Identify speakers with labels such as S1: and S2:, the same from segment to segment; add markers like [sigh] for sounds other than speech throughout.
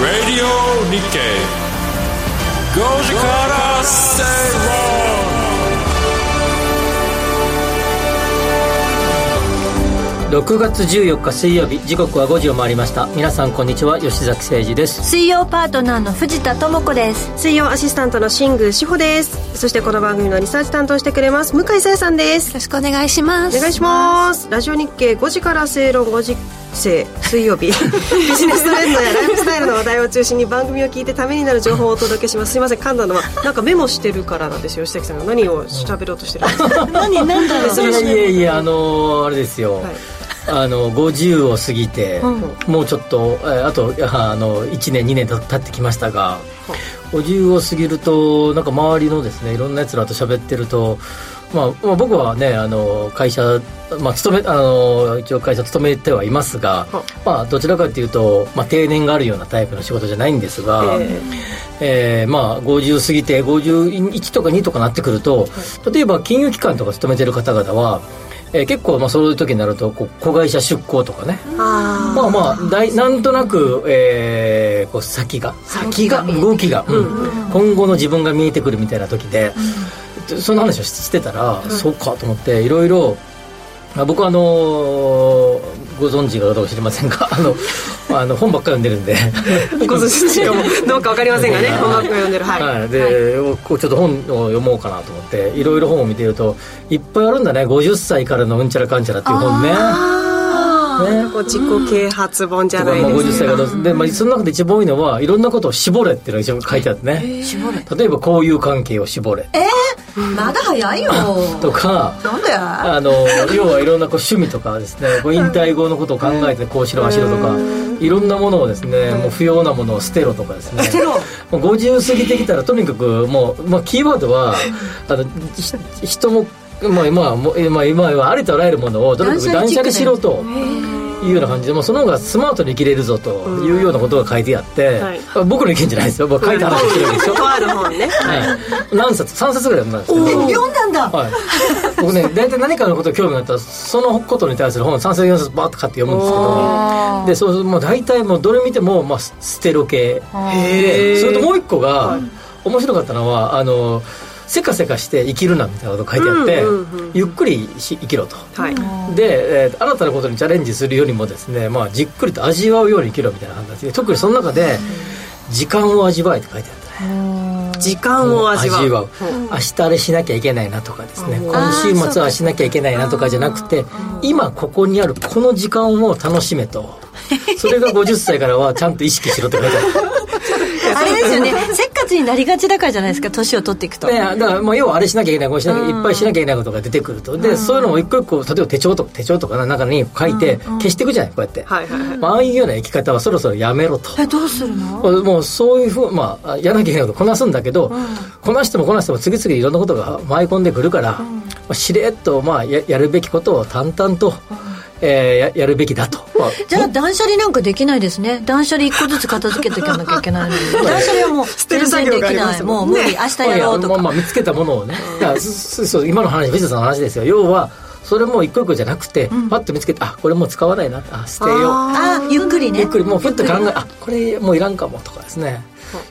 S1: Radio Nikkei 5時から正
S2: 6月14日水曜日時刻は5時を回りました皆さんこんにちは吉崎誠二です
S3: 水曜パートナーの藤田智子です
S4: 水曜アシスタントの新宮志保ですそしてこの番組のリサーチ担当してくれます向井沙耶さんです
S3: よろしくお願いしま
S4: お
S3: す
S4: 願いしますラジオ日経5時から正論5時生水曜日 [laughs] ビジネストレンドやライフスタイルの話題を中心に番組を聞いてためになる情報をお届けしますすいません噛んだのはなんかメモしてるからなんですよ吉崎さんが何を喋ろうとしてるんですか何何だろ
S2: いやいやいやあのーあれですよ、
S4: はい
S2: あの50を過ぎて、
S4: う
S2: もうちょっと、えーあとあの1年2年と経ってきましたが、50を過ぎるとなんか周りのですねいろんなやつらと喋ってると、まあ、まあ僕はねあの会社、まあ、勤めあの一応会社勤めてはいますが、
S4: は
S2: まあ、どちらかというと、まあ、定年があるようなタイプの仕事じゃないんです
S4: え
S2: が、
S4: ー
S2: えーまあ、50過ぎて51とか2とかなってくると、例えば金融機関とか勤めてる方々は、えー結構まあそういう時になるとこう子会社出向とかね、
S4: あ
S2: まあまあだいなんとなく、えーこう先が
S4: 先が
S2: 動きが、うん今後の自分が見えてくるみたいな時で、その話をししてたら、そうかと思っていろいろあ僕はあのーご存知かどうか知りませんがあのあの本ばっかり読んでるんで
S4: あご存知かもどうかわかりませんがね
S2: はい
S4: 音楽を読んでるはい、
S2: はい、で、こうちょっと本を読もうかなと思っていろいろ本を見てるといっぱいあるんだね50歳からのうんちゃらかんちゃらっていう本ね
S4: あ
S2: ね
S4: あ、こう自己啓発本じ
S2: と
S4: ゃ
S2: かま
S4: な
S2: あ
S4: いで
S2: 50
S4: す
S2: 歳
S4: か
S2: からので、まあ、その中で一番多いのはいろんなことを絞れっていうのが一番書いてあってね
S3: 絞れ
S2: 例えば交友関係を絞れ
S3: まだ早いよ
S2: とか
S3: なんであ
S2: あの要はいろんなこう趣味とかですねこう引退後のことを考えてこうしろああしろとかいろんなものをですねもう不要なものを捨てろとかですね捨てろもう50過ぎてきたらとにかくもう、まあ、キーワードはあのひ人もまあ今はもう今は今はありとあらゆるものをとにかく断
S3: 断捨離チ
S2: 捨
S3: ックね
S2: 離しろというような感じでもうその方がスマートに生きれるぞというようなことが書いてあって、
S4: はい
S2: 僕の意見じゃないですよ僕書いた話してるわけですよ、
S4: とある本ね
S2: はい、何冊3冊ぐらい読んだんですけど
S3: 読んだんだ
S2: はい、僕ね大体何かのことに興味があったらそのことに対する本3冊4冊バーッと買って読むんですけどでそうするともう大体もうどれ見ても、まあ、スステロ系でそれともう一個が、面白かったのはあのせかせかして生きるなみたいなこと書いてあって、
S4: うんうんうん
S2: ゆっくりし生きろと。
S4: はい
S2: で、えー新たなことにチャレンジするよりもですね、まあ、じっくりと味わうように生きろみたいな話で特にその中で「時間を味わえ」って書いてあったね
S4: 時間を味わう
S2: 明日あれしなきゃいけないなとかですね今週末はしなきゃいけないなとかじゃなくて今ここにあるこの時間を楽しめと [laughs] それが50歳からはちゃんと意識しろって書いてあ [laughs] る
S3: あれですよねせっかちになりがちだからじゃないですか年を取っていくと
S2: ねだからまあ要はあれしなきゃいけないこうしなきゃいっぱいしなきゃいけないことが出てくるとでそういうのも一個一個例えば手帳とか手帳とかの中に書いて消していくじゃないこうやって、
S4: はいはいはい
S2: まあああいうような生き方はそろそろやめろと
S3: えどうするの
S2: もうそういうふう、まあ、やらなきゃいけないことこなすんだけど、こなしてもこなしても次々いろんなことが舞い込んでくるから、まあしれっと、まあ、ややるべきことを淡々と、えーややるべきだと。まあ
S3: [laughs] じゃあ断捨離なんかできないですね断捨離一個ずつ片付けていかなきゃいけないのに断捨離はもう捨
S4: てる作業があります
S3: も
S4: も
S3: うん無理
S4: ね
S3: 明日やろうと
S2: まあ
S3: か
S2: まあ見つけたものをねだからそそそう今の話藤田さんの話ですよ要はそれも一個一個じゃなくて、パッと見つけてあこれもう使わないなあ捨てよう
S3: あゆっくりね
S2: ゆっくりもうふっと考えあこれもういらんかもとかですね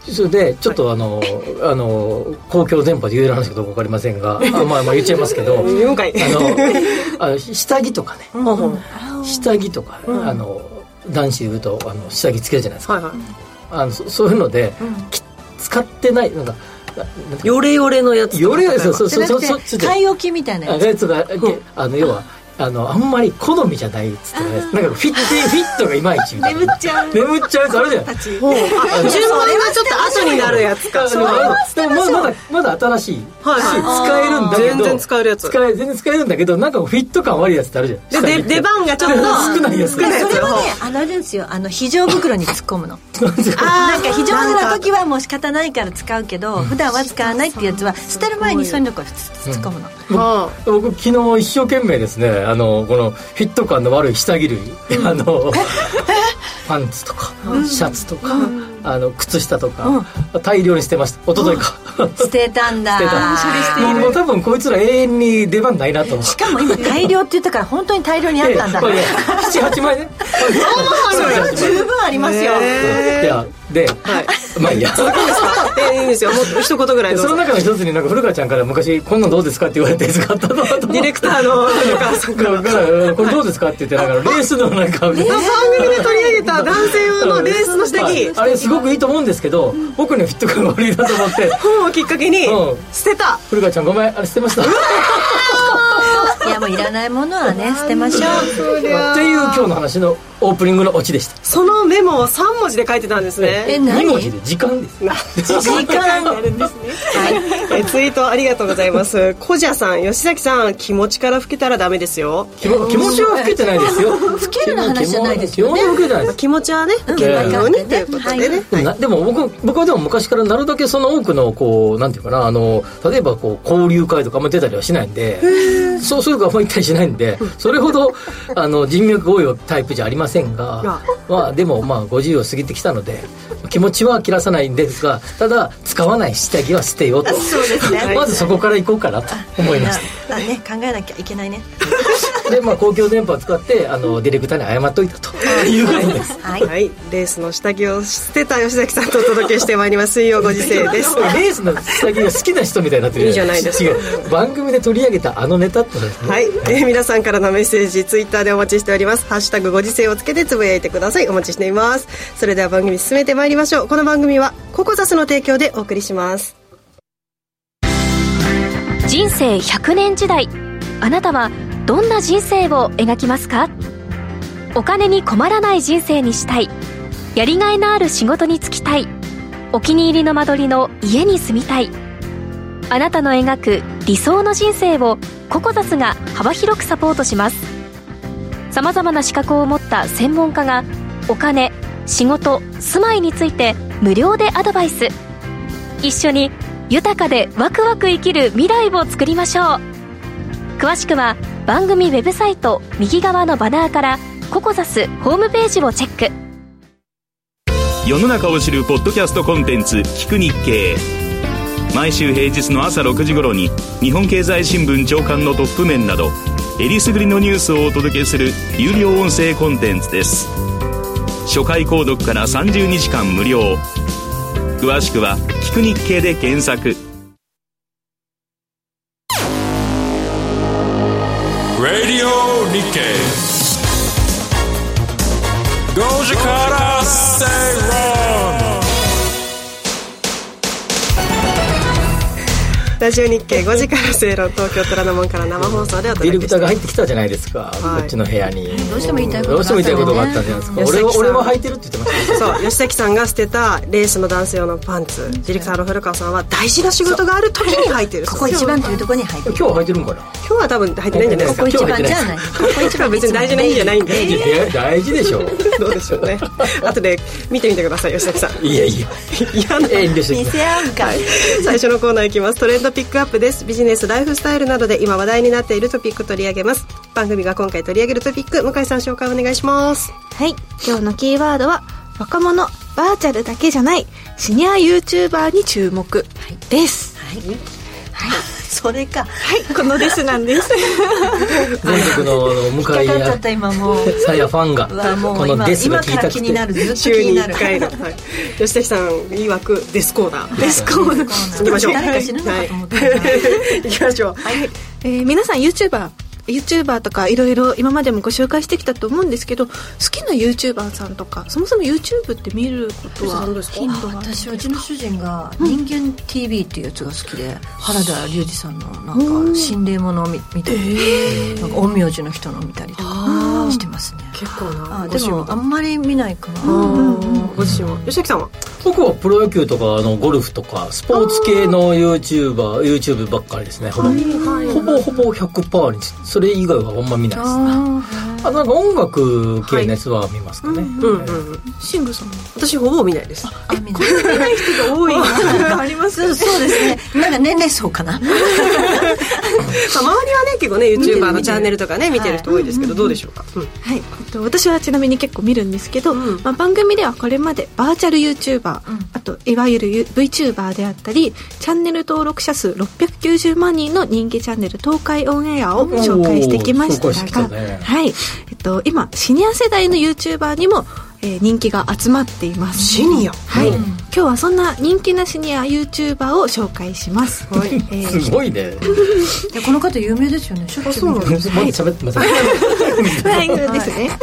S2: それでちょっとあの、あの公共電波で言える話かどうか分かりませんがあまあまあ言っちゃいますけどあ
S4: 4回
S2: のあの下着とかね
S4: ほうほう
S2: 下着とか、あの男子で言うとあの下着つけるじゃないですか
S4: はいは
S2: あのそそういうので、き使ってないなんかななん
S4: いヨレヨレのやつ
S2: よりそうそう
S3: じゃ
S2: そう
S3: な
S2: そう
S3: く
S2: そうそ
S3: て
S2: う
S3: 買い置きみたいな
S2: あ
S3: やつ
S2: やつが、あの要はあのあんまり好みじゃないっつってねなんかフィットフィットがいまいちみたいな眠っちゃう眠っちゃうやつあるじゃない
S4: 注文はちょっと後になるやつか
S2: でもでもまだまだ新しいし
S4: はいはい
S2: 使えるんだけど
S4: 全然使えるやつ
S2: 使え全然使えるんだけどなんかフィット感悪いやつってあるじゃん下着
S4: でで
S2: って
S4: 出番がちょっと
S2: 少ないやつ
S4: 少ないや
S3: そ
S4: つ
S3: れはねあのあれですよあの非常袋に突っ込むの
S4: あ
S3: なんか非常時な時はもう仕方ないから使うけど普段は使わないってやつは捨てる前にそういうのこう突っ込むの
S4: は
S2: 僕昨日一生懸命ですねあのこのフィット感の悪い下着類、あのパンツとかシャツとか、あの靴下とか、
S3: うん
S2: 大量に捨てました一昨日か、
S3: 捨てたん
S2: 捨
S3: だ
S2: てた
S3: 処理し
S2: もうもう多分こいつら永遠に出番ないなと思って
S3: しかも今大量って言ったから本当に大量にあったんだ、
S2: これね78枚ねそう
S3: それは十分ありますよ、
S2: いやで、まあいいや
S4: えいいんですよもう一言ぐらい
S2: で
S4: ど
S2: [laughs] そうの
S4: ぞ
S2: 中の一つになんか古川ちゃんから昔「こんなんどうですか?」って言われて使ったのと
S4: ディレクターの古川さん
S2: だからこれどうですかって言ってだ [laughs] からレースのなんか
S4: 番組で取り上げた男性用のレースの下着
S2: あれすごくいいと思うんですけど僕にはフィット感が悪いなと思って
S4: 本をきっかけに
S2: うん
S4: 捨てた
S2: 古川ちゃんごめんあれ捨てました
S3: いやもういらないものはね捨てましょう
S4: そりゃ
S2: っていう今日の話のオープニングのオチでした
S4: そのメモを3文字で書いてたんですね
S3: え
S2: 2
S3: 何
S2: 文字で時間です
S4: 時間があるんですね、はい、えツイートありがとうございます小じゃさん吉崎さん気持ちから老けたらダメですよ
S2: 気も気持ちは老けてないですよ
S3: [laughs] 老けるの話じゃないですよね
S2: 気持ちは老けてないです
S4: 気持ちはね受けないようにということでね
S2: でもなでも僕僕はでも昔からなるだけその多くのこうなんていうかなあの例えばこう交流会とかあんまり出たりはしないんでそうそういうのあんまり行ったりしないんでそれほどあの人脈多いタイプじゃありませんが
S4: あ
S2: まあでもまあ50を過ぎてきたので気持ちは切らさないんですがただ使わない下着は捨てようと
S3: そうです
S2: [laughs]
S3: ね
S2: まずそこから行こうかなと思いました
S3: だね考えなきゃいけないね
S2: でまあ公共電波を使ってあのディレクターに謝っといたということです
S3: はい
S4: はい、レースの下着を捨てた吉崎さんとお届けしてまいります水曜ご時世です
S2: レースの下着が好きな人みたいになってる
S4: いいじゃないですか
S2: 違う番組で取り上げたあのネタってことですね
S4: はい、えー皆さんからのメッセージツイッターでお待ちしておりますハッシュタグご時世をつけてつぶやいてくださいお待ちしていますそれでは番組進めてまいりましょうこの番組はココザスの提供でお送りします
S5: 人生100年時代あなたはどんな人生を描きますかお金に困らない人生にしたいやりがいのある仕事に就きたいお気に入りの間取りの家に住みたいあなたの描く理想の人生をココザスが幅広くサポートしますさまざまな資格を持った専門家がお金仕事住まいについて無料でアドバイス一緒に豊かでワクワク生きる未来を作りましょう詳しくは番組ウェブサイト右側のバナーからココザスホームページをチェック
S6: 世の中を知るポッドキャストコンテンツ「聞く日経」毎週平日の朝6時頃に日本経済新聞長官のトップ面などえりすぐりのニュースをお届けする有料音声コンテンツです初回購読から30日間無料詳しくは「聞く日経」で検索
S1: Radio Nikkei. Goji Kara Seiron.
S4: ラジオ日経5時から正論東京虎ノ門から生放送でお
S2: ディ
S4: 届
S2: レ
S4: け
S2: ク
S4: して
S2: ターが入ってきた
S4: います
S2: じゃないですか、
S4: はい
S2: こっちの部屋に
S3: どうしても言いたいこと
S2: どうしても言いたいことがあったじゃないですか
S4: 吉
S2: 俺
S4: 崎
S2: は
S4: さん
S2: 俺は履いてるって言ってました
S4: そう吉崎さんが捨てたレースの男性用のパンツディレクターの古川さんは大事な仕事がある時に履いてる
S3: ここ一番というところに入って
S2: 今日は履いてるんかな
S4: 今日は多分履いてないんじゃないですか
S3: ここ一
S2: 今日は入
S3: 番
S2: ってない
S3: じゃないここ一番
S4: 別に大事な日じゃないんで
S2: いや大事でしょ
S4: どうでしょうね後で見てみてください吉崎さん
S2: いやいや
S4: 嫌な
S2: 遠慮して
S3: 見せ合うかい
S4: 最初のコーナーいきますトレンドピックアップですビジネスライフスタイルなどで今話題になっているトピック取り上げます番組が今回取り上げるトピック向井さん紹介お願いします
S7: はい今日のキーワードは若者バーチャルだけじゃないシニア YouTuber に注目です
S3: それか
S7: はい、このですなんです
S2: 全国のあの向
S3: 引っ
S2: か
S3: か
S2: い
S3: かっちゃ
S2: や
S3: った今もう
S2: [laughs] さやファンが
S3: うわも
S2: こ
S3: う
S2: の
S3: 今
S2: デス
S3: 今
S2: が聞
S3: か
S2: い
S3: ら
S2: たく
S3: 気にな
S2: て
S3: るずっと気
S4: [laughs] 週
S3: に
S4: に
S3: な
S4: 1
S3: る
S4: 回の、はい、吉崎さん曰くデスコーナーデスコーナー行きましょう
S3: 誰か知らなかったと思った
S4: はい [laughs] 行きましょうはい
S7: えー皆さん YouTuber YouTuber とかいろいろ今までもご紹介してきたと思うんですけど好きな YouTuber さんとかそもそも YouTube って見ることは頻度は
S3: 私はうちの主人が「人間 TV」っていうやつが好きで原田龍二さんのなんか心霊ものを見見たりなんか陰陽師の人の見たりとかしてますね
S4: 結構な
S3: あ
S4: ご
S3: で
S4: 趣味
S3: もあんまり見ないかな
S4: ご自身は吉崎さんは
S2: 僕はプロ野球とかあのゴルフとかスポーツ系の YouTuberYouTube ばっかりですねほぼほぼほぼ100%にそれ以外はあんま見ないですねあなんか音楽系のやつは見ますかね、
S4: うんうんうん
S7: シングさんも
S4: 私ほぼ見ないです
S3: あ見ない見ない人が多い
S4: [laughs]
S3: なありますそうですねなんか年齢層かな
S4: まあ周りはね結結構ね YouTuber のチャンネルとかね見てる人多いですけどどうでしょうかうん
S7: はい、えっと私はちなみに結構見るんですけど、
S4: うん
S7: まあ、番組ではこれまでバーチャル YouTuber、あといわゆる U- VTuber であったりチャンネル登録者数690万人の人気チャンネル東海オンエアを紹介してきまし
S2: おー紹介してき
S7: た
S2: た
S7: が
S2: ね
S7: はいえっと、今シニア世代の YouTuber にも、えー人気が集まっています
S4: シニア
S7: はい、今日はそんな人気なシニア YouTuber を紹介します、えー
S2: すごいね。
S3: でこの方有名ですよねちょっと見てみ
S2: も
S3: よ
S2: う喋ってません。も
S7: はい
S4: [laughs]
S7: そうですね、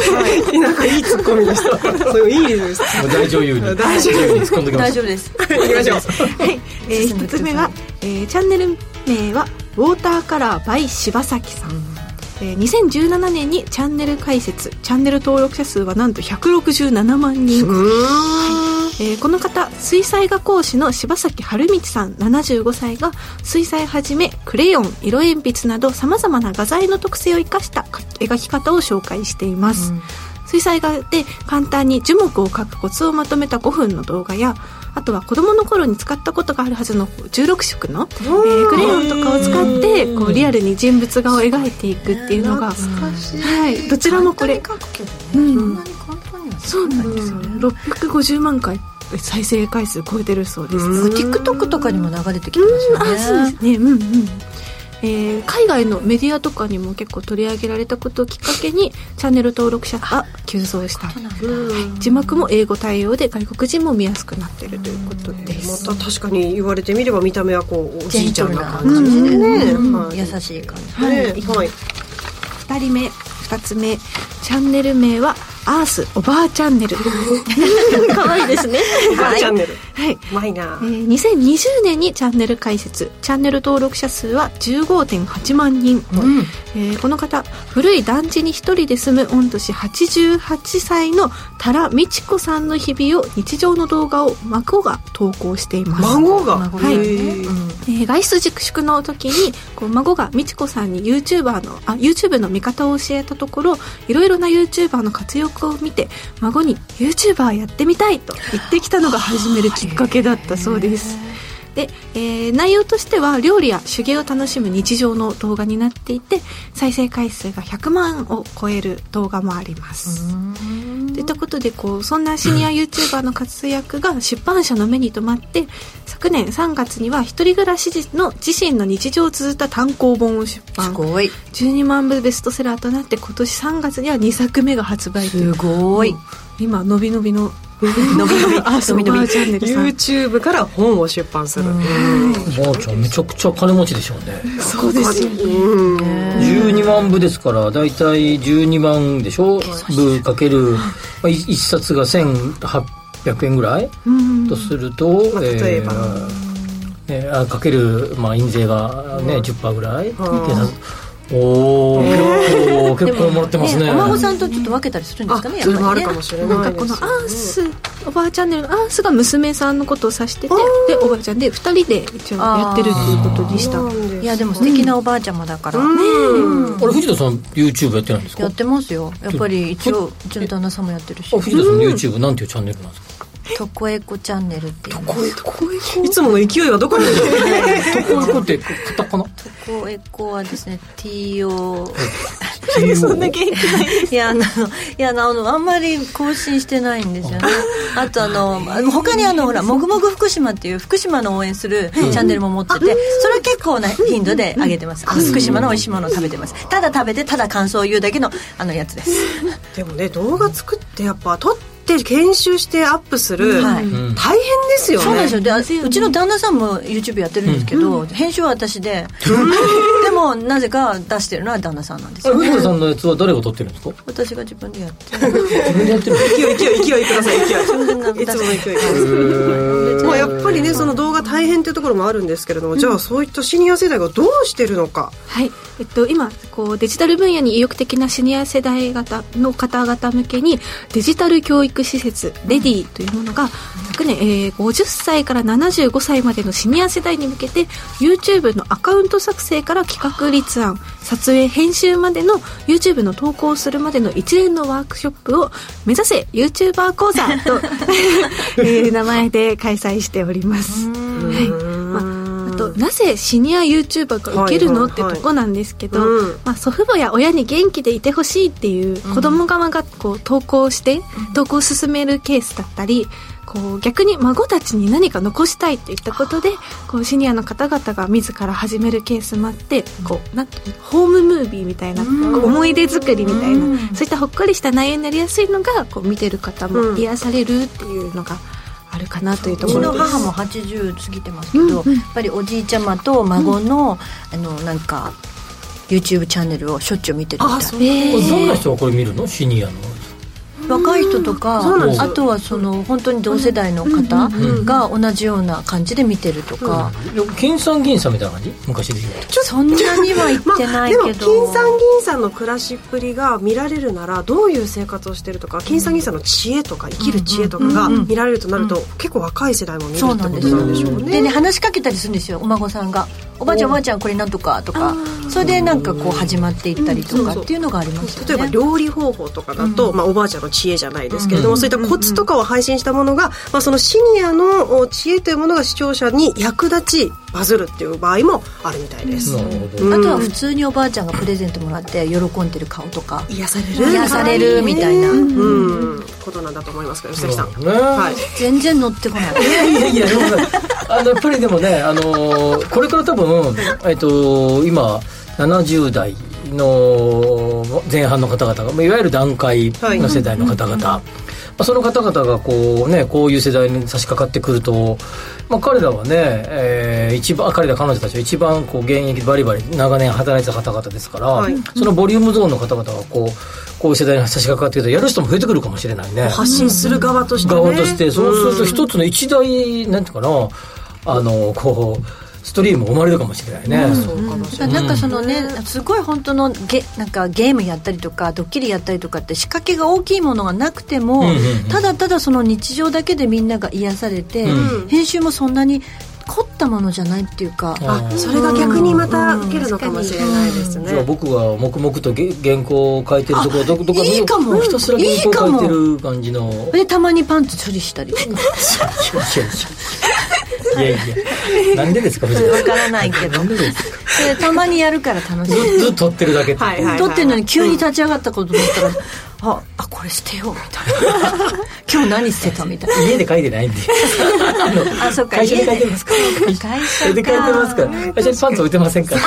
S4: な
S2: [laughs]
S4: んかいいツッコミでした。そういいです
S2: う大女優に。
S4: 大女優
S2: に突っ込んで
S3: う
S2: きま
S3: 大
S2: し
S3: 丈夫です
S4: 行きましょう。
S7: はい、えー一つ目は、えーチャンネル名はウォーターカラー by 柴崎さん、えー2017年にチャンネル開設チャンネル登録者数はなんと167万人、えーこの方水彩画講師の柴崎春道さん75歳が水彩はじめクレヨン色鉛筆などさまざまな画材の特性を生かしたか描き方を紹介しています、水彩画で簡単に樹木を描くコツをまとめた5分の動画やあとは子供の頃に使ったことがあるはずの16色の、えークレヨンとかを使ってこうリアルに人物画を描いていくっていうのが、はい、どちらもこれ
S3: 簡単に書くけ
S7: う
S3: ど
S7: ん
S3: ねそんなに簡単には
S7: そ
S3: そう
S7: なんですよね650万回再生回数超えてるそうです、
S4: うん
S3: う TikTok とかにも流れてきてますよ
S7: あそ
S3: ね
S7: うですねうんうんえー海外のメディアとかにも結構取り上げられたことをきっかけにチャンネル登録者が急増した
S3: そうなんだ
S7: はい字幕も英語対応で外国人も見やすくなってるということです
S4: また確かに言われてみれば見た目はこうお
S3: ジ
S4: じ
S3: ェ
S4: い
S3: ン
S4: ち
S3: ト
S4: ゃん
S3: ル
S4: な
S3: な
S4: 感
S3: 感
S4: じ
S3: じ
S4: で
S3: で
S4: ね。
S3: ね
S4: は
S3: うん
S4: い。
S3: 優しい感じ
S4: ねはい。
S7: 2人目2つ目チャンネル名は「アースおばあチャンネル」可愛いですね
S4: おばあチャンネル。
S7: はい、
S4: うまい
S7: え
S4: な。
S7: ー2020年にチャンネル開設チャンネル登録者数は15.8万人、えーこの方古い団地に一人で住む御年88歳の多良美智子さんの日々を日常の動画を孫が投稿しています
S4: 孫が。
S3: 孫
S7: がね
S4: へえ
S7: えー外出自粛の時にこう孫が美智子さんに YouTuber のあ YouTube の見方を教えたところいろいろな YouTuber の活躍を見て孫に YouTuber やってみたいと言ってきたのが始めるきっかけだったそうです。で、えー内容としては料理や手芸を楽しむ日常の動画になっていて再生回数が100万を超える動画もあります。といったことでこうそんなシニア YouTuber の活躍が出版社の目に留まって昨年3月には一人暮らし時の自身の日常を綴った単行本を出
S3: す
S7: 版
S3: ごい
S7: 12万部ベストセラーとなって今年3月には2作目が発売とい
S3: す
S7: う
S3: ごい
S7: 今のびのびの
S4: のびのび。
S7: アース
S4: のびのび
S7: バーチャンネルさん
S4: YouTube から本を出版する。
S2: た。もうちゃんめちゃくちゃ金持ちでしょうね。
S7: そうですよ
S4: うん。
S2: 12万部ですから、だいたい12万でしょ部かける、まあ、い一冊が1800円ぐらい
S7: うん
S2: とすると、
S4: まあ例えば
S2: えーね、あかける、まあ、印税が、ね10%ぐらい、計算おお、結構結構もらってますね
S3: お孫さんとちょっと分けたりするんで
S4: あ
S3: すかね、
S4: それも
S3: や
S4: あ
S3: っぱり
S4: る
S3: ね
S4: かもし
S7: な
S4: れ
S7: ん
S4: な
S7: か
S4: い
S7: こ
S4: で
S7: の
S4: す
S7: ア。ース、おばあちゃんねアースが娘さんのことを指しててでおばあちゃんで2人で一応やってるということでした
S3: いやでも素敵なおばあちゃまだから、
S2: あれ藤田さん YouTube やってないんですか
S3: やってますよやっぱり一応
S2: ふ
S3: うちの旦那さんもやってるし
S2: あ藤田さんの YouTube なんていうチャンネルなんですか
S3: 「とこえこチャンネル」っていうの
S4: いつもの勢いはどこに。
S2: とこういうことってカタカナ
S3: とこえこはですね [laughs] TO
S2: そん
S3: いやあのいやあのあんまり更新してないんですよねあとあの他にあのほら「もぐもぐ福島」っていう福島の応援するチャンネルも持っててそれは結構な頻度で上げてます福島の美味しいものを食べてますただ食べてただ感想を言うだけのあのやつです
S4: でもね動画作ってやっぱ撮って研修してアップする。
S3: は
S4: 大
S3: い
S4: 変ですよね。
S3: そうなんですよであうちの旦那さんも YouTube やってるんですけど、編集は私ででもなぜか出してるのは旦那さんなんですよ
S2: 藤田さんのやつは誰が撮ってるんですか
S3: 私が自分でやって
S2: 自分でやってるんですか
S4: 勢い勢い勢いくだ
S3: [laughs]
S4: さい勢いいつもの勢いまあやっぱりねその動画大変っていうところもあるんですけれども、じゃあそういったシニア世代がどうしてるのか
S7: はい、えっと、今こうデジタル分野に意欲的なシニア世代型の方々向けにデジタル教育施設レディというものが昨年、えー50歳から75歳までのシニア世代に向けて YouTube のアカウント作成から企画立案撮影編集までの YouTube の投稿するまでの一連のワークショップを目指せ YouTuber 講座と、えー名前で開催しております。はいまあとなぜシニア YouTuber が受けるの、
S4: はいはいはい
S7: ってとこなんですけど、
S4: うん
S7: まあ、祖父母や親に元気でいてほしいっていう子供側がこう投稿して投稿を進めるケースだったりこう逆に孫たちに何か残したいといったことでこうシニアの方々が自ら始めるケースもあってこうなんていうのホームムービーみたいなこう思い出作りみたいなそういったほっこりした内容になりやすいのがこう見てる方も
S4: うん
S7: 癒されるっていうのがあるかなというと
S3: う
S7: こ
S3: ち
S7: ろ
S3: の
S7: です。
S3: 母も80過ぎてますけど、やっぱりおじいちゃまと孫の、あのなんか YouTube チャンネルをしょっちゅう見てるみたい
S2: これどんな人がこれ見るのシニアの
S3: 若い人とか
S4: そうなん
S2: ですよ
S3: あとはその本当に同世代の方が同じような感じで見てるとか、
S2: いや金さん銀さんみたいな感じ昔で言うと
S3: そんなには言
S4: ま
S3: っ
S4: あ、で
S3: てない
S4: も
S3: け
S4: 金
S3: ど、
S4: さん銀さんの暮らしっぷりが見られるならどういう生活をしてるとか金さん銀さんの知恵とか生きる知恵とかが見られるとなると結構若い世代も見るって
S3: そ
S4: こ
S3: う
S4: と
S3: なん
S4: なんで
S3: ですすよ
S4: しょう
S3: でね
S4: ね。
S3: 話しかけたりするんですよお孫さんが「おばあちゃんおばあちゃんこれなんとか」とかそれでなんかこう始まっていったりと
S4: うんそう
S3: か
S4: そう
S3: っていうのがありますよね
S4: 例えば料理方法とかだと、まあ、おばあちゃんの知恵じゃないですけれども、そういったコツとかを配信したものが、まあ、そのシニアのお知恵というものが視聴者に役立ちバズるっていう場合もあるみたいです、
S2: なるほど、
S4: うん
S3: あとは普通におばあちゃんがプレゼントもらって喜んでる顔とか
S4: 癒される
S3: 癒されるみたいな
S4: うん、ことなんだと思いますけど吉崎さん、
S2: ね
S4: はい
S3: 全然乗ってこない
S2: いやいやいやでもねあのやっぱりでもね、あのーこれから多分、えっと、今70代の前半の方々がまあいわゆる段階の世代の方々、まあ、その方々がこう,、ね、こういう世代に差し掛かってくると、まあ、彼らはね、えー一番彼ら彼女たちは一番こう現役バリバリ長年働いてた方々ですから、
S4: はい
S2: そのボリュームゾーンの方々がこうこういう世代に差し掛かってくるとやる人も増えてくるかもしれないね。
S4: 発信する側としてね
S2: 側としてそうする
S4: と
S2: と一つの一大なんていうかなあのこうストリーム生まれるかもしれないね、
S3: なんかそのね、すごい本当のゲなんかゲームやったりとかドッキリやったりとかって仕掛けが大きいものがなくても、
S2: うんうんうん
S3: ただただその日常だけでみんなが癒されて、
S2: う
S3: 編集もそんなに凝ったものじゃないっていうか、
S2: あ
S4: それが逆にまた受けるのかもしれないですね、
S2: じゃあ僕が黙々とげ原稿を書いてるところどこどこ
S3: いいかも
S2: うんひたすら原稿を書いてる感じの
S3: でたまにパンツ処理したりとか
S2: いやいやなんでですか藤
S3: わ
S2: 田
S3: からないけど
S2: なんでですか
S3: でたまにやるから楽しい
S2: ずっと撮ってるだけって、
S4: はいはい
S3: 撮ってるのに急に立ち上がったこと思ったら、ああこれ捨てようみたいな今日何捨てたみたいな
S2: 家で書いて
S4: [laughs]
S2: ないんであの
S3: あそっか
S2: 会社で書いて
S3: 家で
S2: ますか
S3: 会
S2: ら
S3: 社
S2: 家で書いてますから会社にパンツ置いてませんから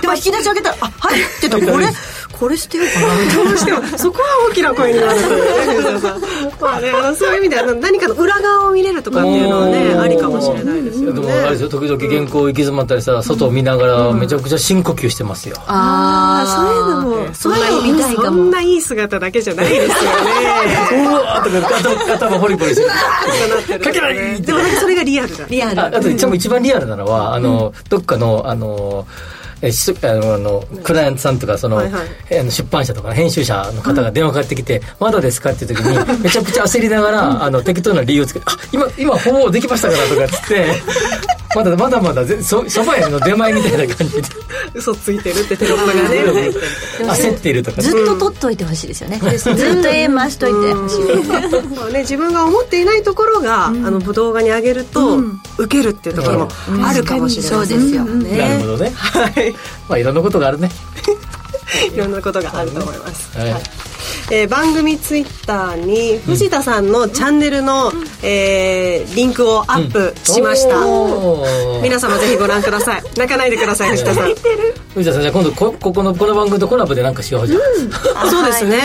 S3: でも引き出し開けたら「あはい」って言ったらこれこれ捨てようかなみたい
S4: どうしてもそこは大きな声になるとまあねあのそういう意味ではあの何かの裏側を見れるとかっていうのはね
S2: おー
S4: ありかもしれないですよ
S2: でもあれです
S4: ね
S2: よ時々原稿行き詰まったりさ外を見ながらめちゃくちゃ深呼吸してますよ、
S3: な
S7: あそういうのも
S3: そういうの見たい
S4: そ
S3: か
S4: ん
S3: も
S4: ないい姿だけじゃないですよね
S2: [laughs] うわーとか頭頭ホリホリする
S4: そうなってる
S2: 書けない
S4: でもなんかそれがリアルだ
S3: リア
S2: ああ
S3: ル
S2: と一番一番リアルなのはあの、どっかのあのえしあのあのクライアントさんとかその、
S4: はいはい
S2: えあの出版社とか編集者の方が電話かかってきて「まだですか?」っていう時に
S4: [laughs]
S2: めちゃくちゃ焦りながら、あの適当な理由をつけて「あ今今ほぼできましたから」とかっつ
S4: [laughs]
S2: ってまだまだまだぜそそば屋の出前みたいな感じで
S4: 嘘ついてるってテロップがね入ってる
S2: 焦っているとかね
S3: ずっと撮っといてほしいですよねずっと絵回しといてほしい
S4: まあね、自分が思っていないところが、あの動画に上げると、受けるっていうところもあるかもしれない、
S3: そうですよ
S2: なる
S3: ね
S2: ほどね
S4: はい
S2: まあいろんなことがあるね
S4: いろんなことがあると思います、
S2: はい
S4: えー番組ツイッターに藤田さんのチャンネルの、えーリンクをアップしました、
S2: おー
S4: 皆様ぜひご覧ください泣かないでください藤田さん
S2: 藤田さんじゃあ今度こここのこの番組とコラボでなんかしようじゃん、
S4: そうですね、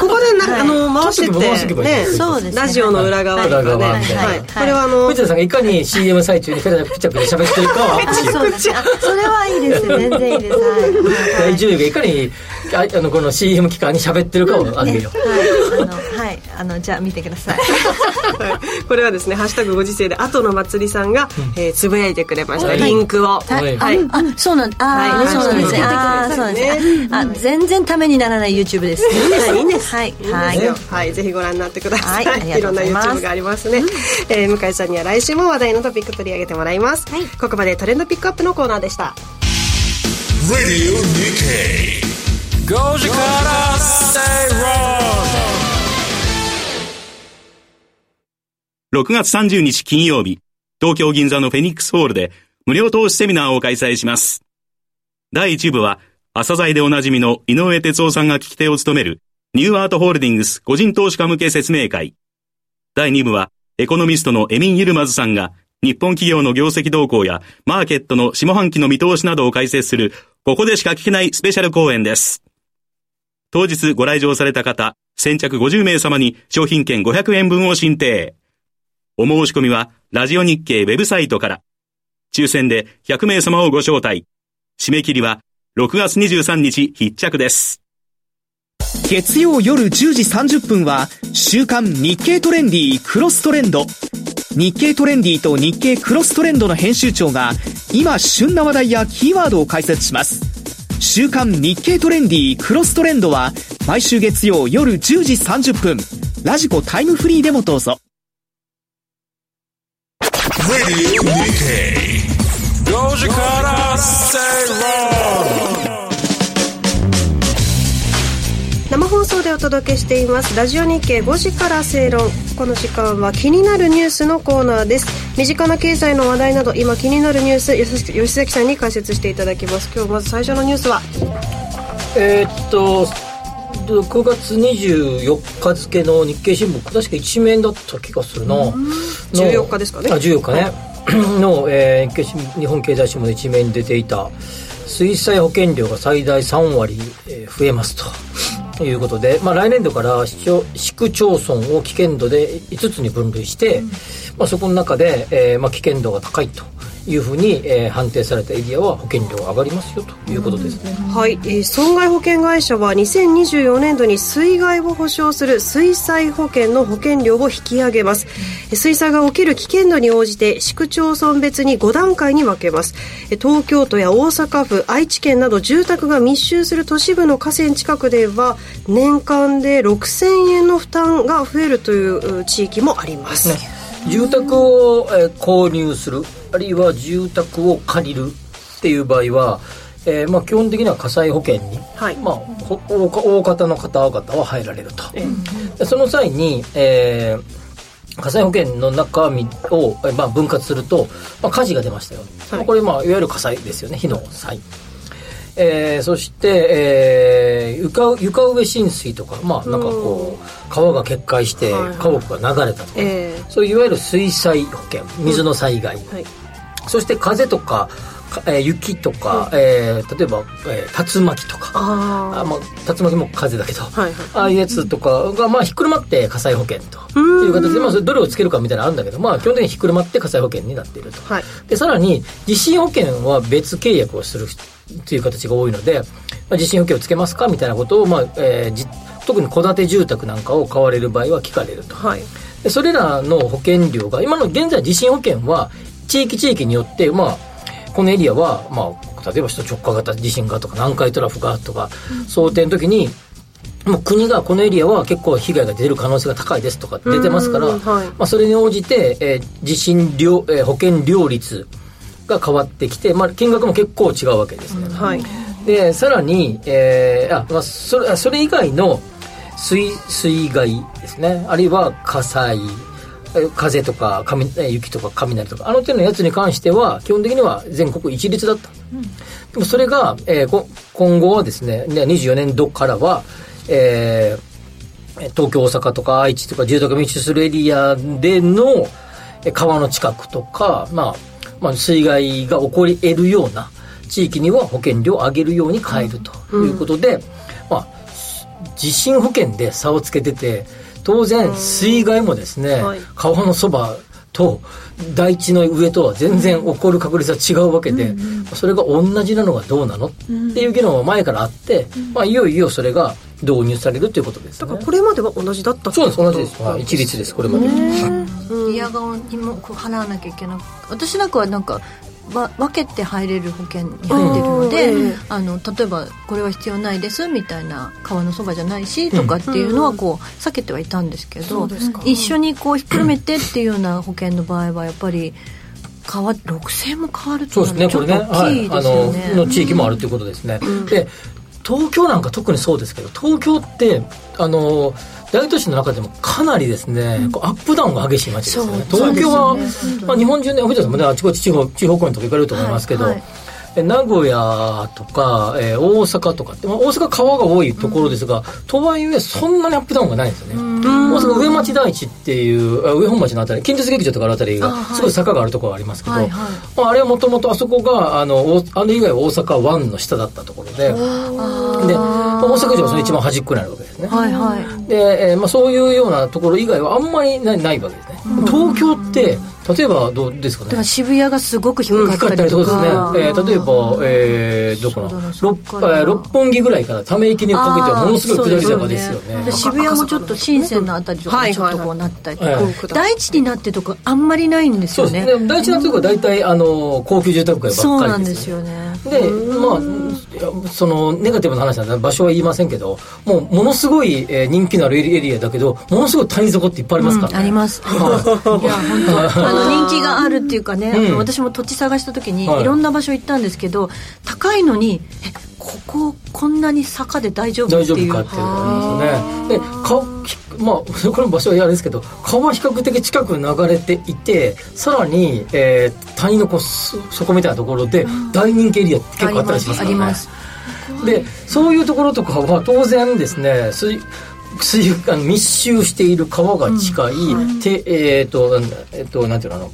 S4: ここでな、あの回し
S2: ちょっと回してと
S4: て
S2: けばいい
S4: ね
S2: です
S3: そうですね
S4: ラジオの裏側とかね、
S2: 裏側みたいな
S4: はい
S3: はい
S4: これはあの
S2: 藤田さんがいかに CM 最中にペラペチャペチャ喋ってるかは
S3: あ [laughs] そうですねあそれはいいです全然いいですはい
S2: 第10位がいかにああのこの CM 期間に喋ってるかをあげよう、
S3: はいあのはいあのじゃあ見てください
S4: はいこれはですね「ハッシュタグご時世」で後の祭りさんが、えーつぶやいてくれました、
S2: はい
S4: リンクを、
S2: はい
S4: はい
S3: あそうなんあ
S4: はい
S3: ーそうなんですね
S4: はい
S3: あーそうなんですねあ全然ためにならない YouTube ですいいんですはいはい
S4: はい、ぜひご覧になってください。
S3: はいありがと
S4: ろ
S3: うんご
S4: な
S3: ざいます
S4: YouTube がありますね、えー向井さんには来週も話題のトピック取り上げてもらいます。ここまでトレンドピックアップのコーナーでした。
S1: Radio Nikkei. Go Jakarta, stay wrong.
S6: 6月30日金曜日東京銀座のフェニックスホールで無料投資セミナーを開催します。第1部は、朝材でおなじみの井上哲夫さんが聞き手を務める、ニューアートホールディングス個人投資家向け説明会。第2部は、エコノミストのエミン・ユルマズさんが、日本企業の業績動向や、マーケットの下半期の見通しなどを解説する、ここでしか聞けないスペシャル講演です。当日ご来場された方、先着50名様に商品券500円分を申請。お申し込みは、ラジオ日経ウェブサイトから。抽選で100名様をご招待。締め切りは6月23日必着です。
S8: 月曜夜10時30分は、週刊日経トレンディクロストレンド。日経トレンディと日経クロストレンドの編集長が、今旬な話題やキーワードを解説します。週刊日経トレンディクロストレンドは、毎週月曜夜10時30分、ラジコタイムフリーでもどうぞ。
S1: 5時から正論
S4: 生放送でお届けしていますラジオ日経5時から正論この時間は気になるニュースのコーナーです身近な経済の話題など今気になるニュース吉崎さんに解説していただきます今日まず最初のニュースは
S2: えー、っと6月24日付の日経新聞確か1面だった気がするな
S4: 14日ですかね
S2: あ14日ねの、えー、日本経済新聞の1面に出ていた水産保険料が最大3割、えー、増えますとということで、まあ、来年度から市区町村を危険度で5つに分類して、うん、まあ、そこの中で、えーまあ、危険度が高いというふうに、えー、判定されたエリアは保険料上がりますよということですね、
S4: はい、えー、損害保険会社は2024年度に水害を保障する水災保険の保険料を引き上げます、うん、水災が起きる危険度に応じて市区町村別に5段階に分けます東京都や大阪府愛知県など住宅が密集する都市部の河川近くでは年間で6000円の負担が増えるという地域もあります、ね、
S2: 住宅を、えー、購入するあるいは住宅を借りるっていう場合は、えーまあ、基本的には火災保険に、はいまあ、大方の方々は入られると、うん、その際に、えー、火災保険の中身を、まあ、分割すると、まあ、火事が出ましたよ、はい、これ、まあ、いわゆる火災ですよね火の災、えー、そして、えー、床床上浸水とか,、まあ、なんかこう川が決壊して家屋が流れたとか、はいはいえー、そういういわゆる水災保険水の災害、うんはい、そして風とか、えー、雪とか、うん、えー、例えば、えー、竜巻とかあまあ、竜巻も風だけど、はいはい、ああいうやつとかが、まあ、ひっくるまって火災保険という形で、まあ、それどれをつけるかみたいなのあるんだけど、まあ、基本的にひっくるまって火災保険になっていると、はい、でさらに地震保険は別契約をするという形が多いので、まあ、地震保険をつけますかみたいなことを、まあえー、特に戸建て住宅なんかを買われる場合は聞かれると、はい、でそれらの保険料が今の現在地震保険は地域地域によって、まあ、このエリアは、まあ、例えば首都直下型地震がとか南海トラフがとか、うん、想定の時にもう国がこのエリアは結構被害が出る可能性が高いですとか出てますから、はい、まあ、それに応じて、えー、地震料、えー、保険料率が変わってきて、まあ、金額も結構違うわけですね。うんはい、でさらに、えーあまあ、それそれ以外の水水害ですねあるいは火災風とか雷雪とか雷とかあの手のやつに関しては基本的には全国一律だった、うん、でもそれが、えー、今後はですね24年度からは、えー、東京大阪とか愛知とか住宅密集するエリアでの川の近くとか、まあ、まあ、水害が起こり得るような地域には保険料を上げるように変えるということで、うんうん、まあ、地震保険で差をつけてて当然水害もですね、うんはい、川のそばと台地の上とは全然起こる確率は違うわけで、それが同じなのがどうなの、っていう議論は前からあって、まあ、いよいよそれが導入されるということです、ね、
S4: だからこれまでは同じだった
S2: そうです同じです、はい、一律ですこれまで
S3: リヤ顔にもこう払わなきゃいけない私なんかはなんかわ分けて入れる保険に入ってるので、うん、あの例えばこれは必要ないですみたいな川のそばじゃないしとかっていうのはこう避けてはいたんですけど、うん、一緒にこうひっくるめてっていうような保険の場合はやっぱり。変わ6000も変わるって
S2: いうのは、ね、ね、ちょっと大きいですよね。ねはい、あのの地域もあるということですね。うん、で東京なんか特にそうですけど東京ってあの大都市の中でもかなりですね、こうアップダウンが激しい街ですね東京は、まあ、日本中ね藤田さんもねあちこち地方地方公演とか行かれると思いますけど、
S3: はい
S2: え名古屋とか、えー大阪とかって、まあ、大阪川が多いところですが、とはいえそんなにアップダウンがないんですよね、大阪上町台地っていうあ上本町のあたり近鉄劇場とかあるあたりがすごい坂があるところがありますけど
S3: はいはい
S2: まあ、あれはもともとあそこがあのおあれ以外は大阪湾の下だったところでで、まあ大阪城はその一番端っこになるわけですね、
S3: はいはい
S2: で、えーまあ、そういうようなところ以外はあんまりないないわけですね、東京って例えばどうですかね
S3: だから渋谷がすごく低かっ
S2: 光
S3: た
S2: った
S3: り
S2: り
S3: と
S2: と
S3: か
S2: かですね、えー例えば、えー、どこな六えー六本木ぐらいからため息にかけてはものすごい下り坂ですよね
S3: で渋谷もちょっと新鮮なあたりとか
S4: はい
S3: ちょっとこうなったりと
S2: はい
S3: か
S2: はい
S3: 大地になってとかあんまりないんです
S2: そう
S3: よ
S2: で
S3: ね
S2: すね大事なとこは大体あの高級住宅街
S3: そ
S2: ば
S3: う
S2: っ
S3: な
S2: かり
S3: んで
S2: ですす
S3: よね
S2: でまあいやそのネガティブな話なんで場所は言いませんけどもうものすごい、えー人気のあるエリエリアだけどものすごい谷底っていっぱいありますからね、
S3: あります
S2: はい
S3: あの人気があるっていうかね、
S2: うん
S3: 私も土地探した時に
S2: はい
S3: いろんな場所行ったんですけど、高いのにえこここんなに坂で大丈夫
S2: 大
S3: って
S2: 丈夫
S3: いう
S2: かっていうのがありますねで川まあそれこの場所はやれですけど川は比較的近く流れていてさらに、えー、谷のこうそ底みたいなところで大人気エリアって結構あったりしますからね
S3: あります
S2: でそういうところとかは当然ですね水水あの密集している川が近い、てえっ、となんだえっ、となんていうのあの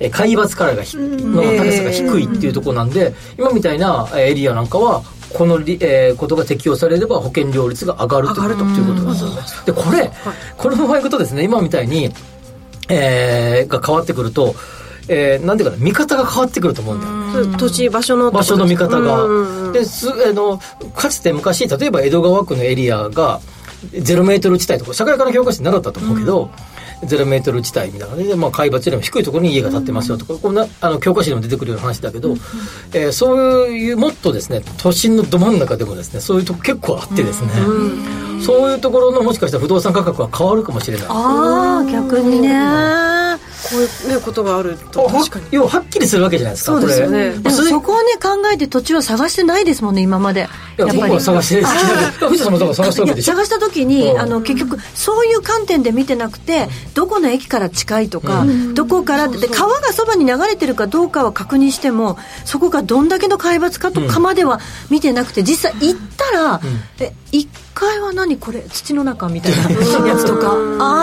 S2: えー海抜からがひ、の高さが低いっていうところなんで、今みたいなえーエリアなんかはこのり、えーことが適用されれば保険料率が上がるとっていうことなんですよね。でこれ、これもまいことですね今みたいに、えーが変わってくると、えーなんていうかな見方が変わってくると思うんだよね。
S4: 土地場所の
S2: 場所の見方が。
S4: うん
S2: ですあのかつて昔例えば江戸川区のエリアが0メートル地帯とか社会科の教科書に習ったと思うけど、ゼロ0メートル地帯みたいなねで、まあ、海抜よりも低いところに家が建ってますよとか、こんなあの教科書にも出てくるような話だけど、えーそういうもっとですね都心のど真ん中でもですねそういうとこ結構あってですね、そういうところのもしかしたら不動産価格は変わるかもしれない。
S3: ああ逆にね
S4: こういうねことがあると確かに
S2: 要ははっきりするわけじゃないですか
S4: そうですよ
S2: こ
S3: で
S4: ね
S2: れ
S3: も
S2: それ
S3: そこをね考えて土地を探してないですもんね今まで
S2: いや僕は探してないですけど藤田さんもだから探してるわけで
S3: いや [laughs]
S2: しょ
S3: 探した時に、
S2: うん
S3: あの結局そういう観点で見てなくてどこの駅から近いとか、どこからってで川がそばに流れてるかどうかは確認してもそこがどんだけの海抜かとかまでは見てなくて実際行ったら、え1階は何これ土の中みたいなやつとか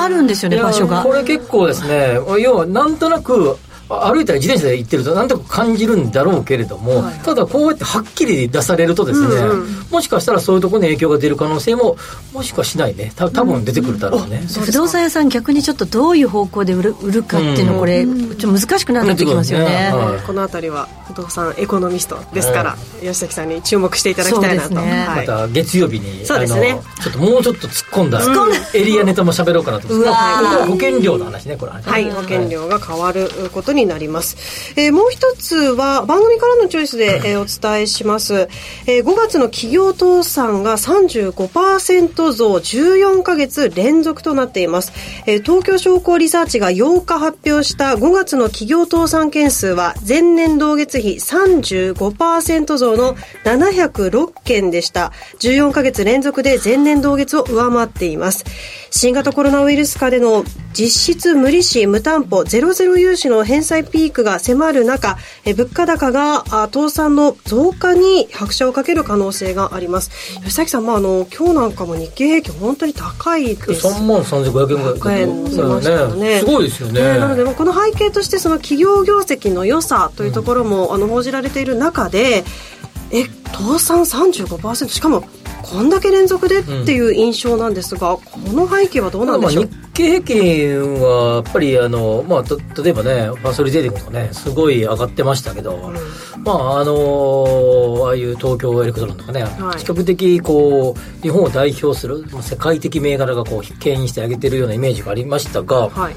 S3: あるんですよね場所が
S2: こ。れ結構ですね要はなんとなくあ歩いたり自転車で行ってるとなんとなく感じるんだろうけれども、ただこうやってはっきり出されるとですね、もしかしたらそういうところに影響が出る可能性ももしかしないねた多分出てくるだろうね、
S3: 不動産屋さん逆にちょっとどういう方向で売る売るかっていうの
S2: うん
S3: これちょっと難しくなってきますよね。
S2: うん
S4: この辺りは不動産エコノミストですから、吉崎さんに注目していただきたいなと、
S3: そうですね
S4: は
S2: ま
S4: い
S2: た月曜日に、
S4: そうですね
S2: あのちょっともうちょっと突っ込んだエリアネタも喋ろうかなと思うんですけどここは保険料の話ねこれはね
S4: はい、保険料が変わることになります。えーもう一つは番組からのチョイスで、えーお伝えします。えー5月の企業倒産が35%増14ヶ月連続となっています。えー東京商工リサーチが8日発表した5月の企業倒産件数は前年同月比35%増の706件でした。14ヶ月連続で前年同月を上回っています。新型コロナウイルス下での実質無利子無担保ゼロゼロ融資の返済ピークが迫る中、え物価高があ倒産の増加に拍車をかける可能性があります。吉崎さん、まあ、あの、今日なんかも日経平均本当に高いです。
S2: 3万3500円ぐらい
S4: 500円出ましたよね
S2: すごいですよね
S4: なので、まあこの背景としてその企業業績の良さというところも、あの報じられている中でえ倒産35%しかもこんだけ連続でっていう印象なんですが、この背景はどうなんでしょう、
S2: まあ、日経平均はやっぱりあの、まあ、た例えばねファーソリゼーティングとかねすごい上がってましたけど、まああのああいう東京エレクトロンとかね、
S4: はい
S2: 比較的こう日本を代表する、まあ、世界的銘柄がこう牽引してあげてるようなイメージがありましたが、
S4: はい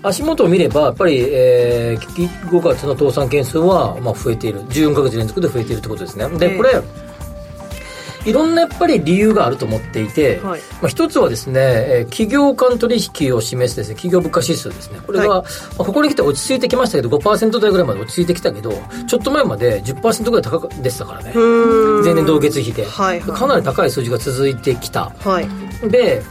S2: 足元を見ればやっぱり、えーき5月の倒産件数は、まあ、増えている14ヶ月連続で増えているってことですね
S4: え
S2: で
S4: え
S2: これ、いろんなやっぱり理由があると思っていて、
S4: はい
S2: まあ、一つはですね、えー企業間取引を示すですね企業物価指数ですねこれが、
S4: は
S2: まあここに来て落ち着いてきましたけど5%台ぐらいまで落ち着いてきたけどちょっと前まで10%ぐらい高くでしたからね前年同月比で、
S4: はいはい
S2: かなり高い数字が続いてきた
S4: はい
S2: で、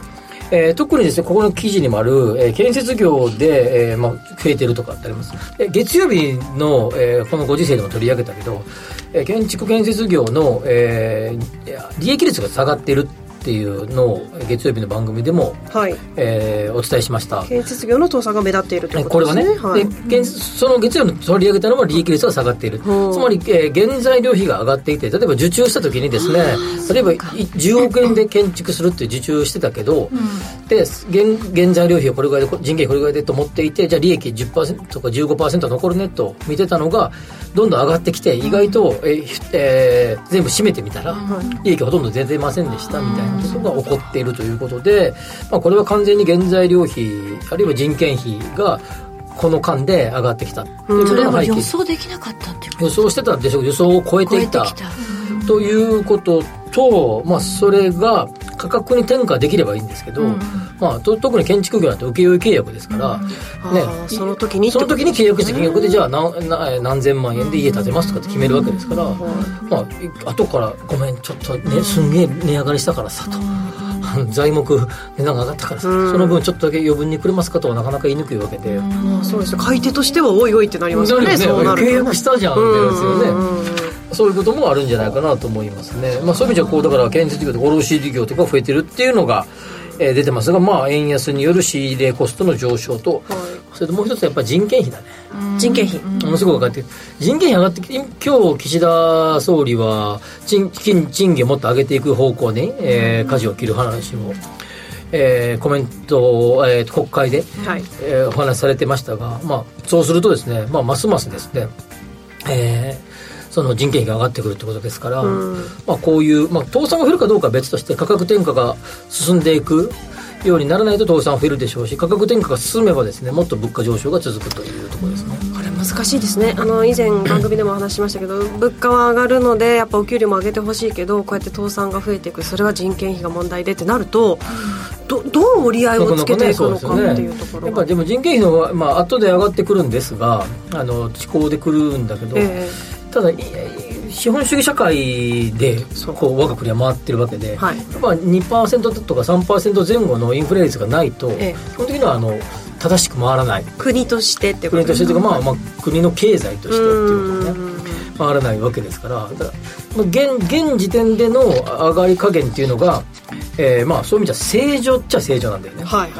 S2: えー特にですねここの記事にもある、えー建設業で、えーまあ、増えてるとかってあります、えー月曜日の、えーこのご時世でも取り上げたけど、えー建築建設業の、えーいや利益率が下がってるっていうのをえー月曜日の番組でも、
S4: はい
S2: えーお伝えしました
S4: 建設業の倒産が目立っているという
S2: こ
S4: こ
S2: れ
S4: と
S2: は
S4: で
S2: ね、
S4: すねはい
S2: で現その月曜の取り上げたのは利益率が下がっている、
S4: ほう
S2: つまり、えー原材料費が上がっていて、例えば受注した時にですね、例えばい10億円で建築するって受注してたけど、で原原材料費をこれぐらいで、こ人件費これぐらいでと思っていて、じゃあ利益10%とか15%は残るねと見てたのが、どんどん上がってきて、意外と、えーひえー全部締めてみたら、利益ほとんど出てませんでしたみたいなことが起こっているということで、まあ、これは完全に原材料費、あるいは人件費が、この間で上がってきたっていう
S3: それ
S2: のが
S3: は
S2: 背景
S3: 予
S2: です
S3: 想できなかったっていうこ
S2: 予想してたでしょうけど予想を超え
S3: と超
S2: て
S3: え
S2: い
S3: て
S2: た
S3: きた
S2: ということと、まあ、それが価格に転嫁できればいいんですけど、まあ、と特に建築業なんて請負契約ですから、ね
S4: あーその時にって
S2: そ
S4: こ
S2: の
S4: と
S2: 時に契約した金額でじゃあ何何何千万円で家建てますとかって決めるわけですから、まあ、後からごめんちょっと、ね、すんげえ値上がりしたからさと。 [laughs] 材木値段が上がったからさ、その分ちょっとだけ余分にくれますかとはなかなか言いにくいわけで、
S4: あーそうですね買い手としてはおいおいってなりますよね
S2: なる
S4: そうな
S2: よね
S4: ると
S2: 契約したじゃんってやつよね、そういうこともあるんじゃないかなと思いますね、まあ、そういう意味じゃこうだから建設業とか卸売業とか増えてるっていうのが、えー出てますが、まあ、円安による仕入れコストの上昇と、それともう一つやっぱり人件費だね
S4: 人件費
S2: ものすごく上がって人件費上がってき今日岸田総理は賃金賃金をもっと上げていく方向に、えー、舵を切る話を、えーコメントを、えー国会で、
S4: はい
S2: えーお話しされてましたが、まあ、そうするとですね、まあ、ますますですね、えーその人件費が上がってくるってことですから、まあ、こういう、まあ、倒産が減るかどうかは別として価格転嫁が進んでいくようにならないと倒産は増えるでしょうし価格転嫁が進めばですねもっと物価上昇が続くというところですね。
S4: これ難しいですねあの以前番組でもお話ししましたけど物価は上がるのでやっぱお給料も上げてほしいけどこうやって倒産が増えていくそれは人件費が問題でってなるとどどう折り合いをつけていくのかっていうとこ
S2: や
S4: ろ
S2: っぱ
S4: が
S2: でも人件費の方が、まあ、後で上がってくるんですがあの地高でくるんだけど、
S4: え
S2: ただい資本主義社会でこう我が国は回ってるわけで、
S4: はい
S2: まあ、2%とか3%前後のインフレ率がないと、
S4: ええ
S2: 基本的にはあの正しく回らない
S4: え国としてってこ
S2: 国
S4: と
S2: としてというか、まあまあ、国の経済としてっていうことね
S4: うん
S2: 回らないわけですからだからまあ現現時点での上がり加減っていうのが、えーまあ、そういう意味じゃ正常っちゃ正常なんだよね。
S4: はいはい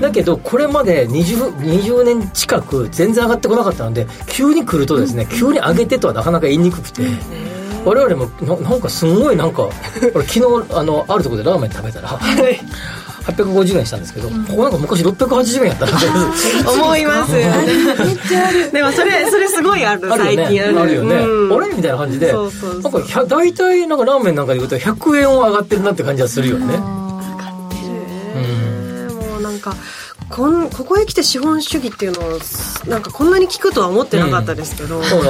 S2: だけどこれまで 20, 20年近く全然上がってこなかったので急に来るとですね、急に上げてとはなかなか言いにくくて、我々もななんかすごいなんか俺昨日あのあるところでラーメン食べたら850円したんですけど、ここなんか昔680円やったな
S4: 思いますでもそれそれすごいある
S2: [laughs] あるよ
S4: 最近
S2: ね
S4: ある
S2: あるよね、
S4: うん
S2: あれみたいな感じで
S4: そうそうそう
S2: なんかひゃ大体なんかラーメンなんかで言うと100円は上がってるなって感じはするよね、
S4: ねもうなんかこんここへ来て資本主義っていうのをなんかこんなに聞くとは思ってなかったですけど、
S2: だから、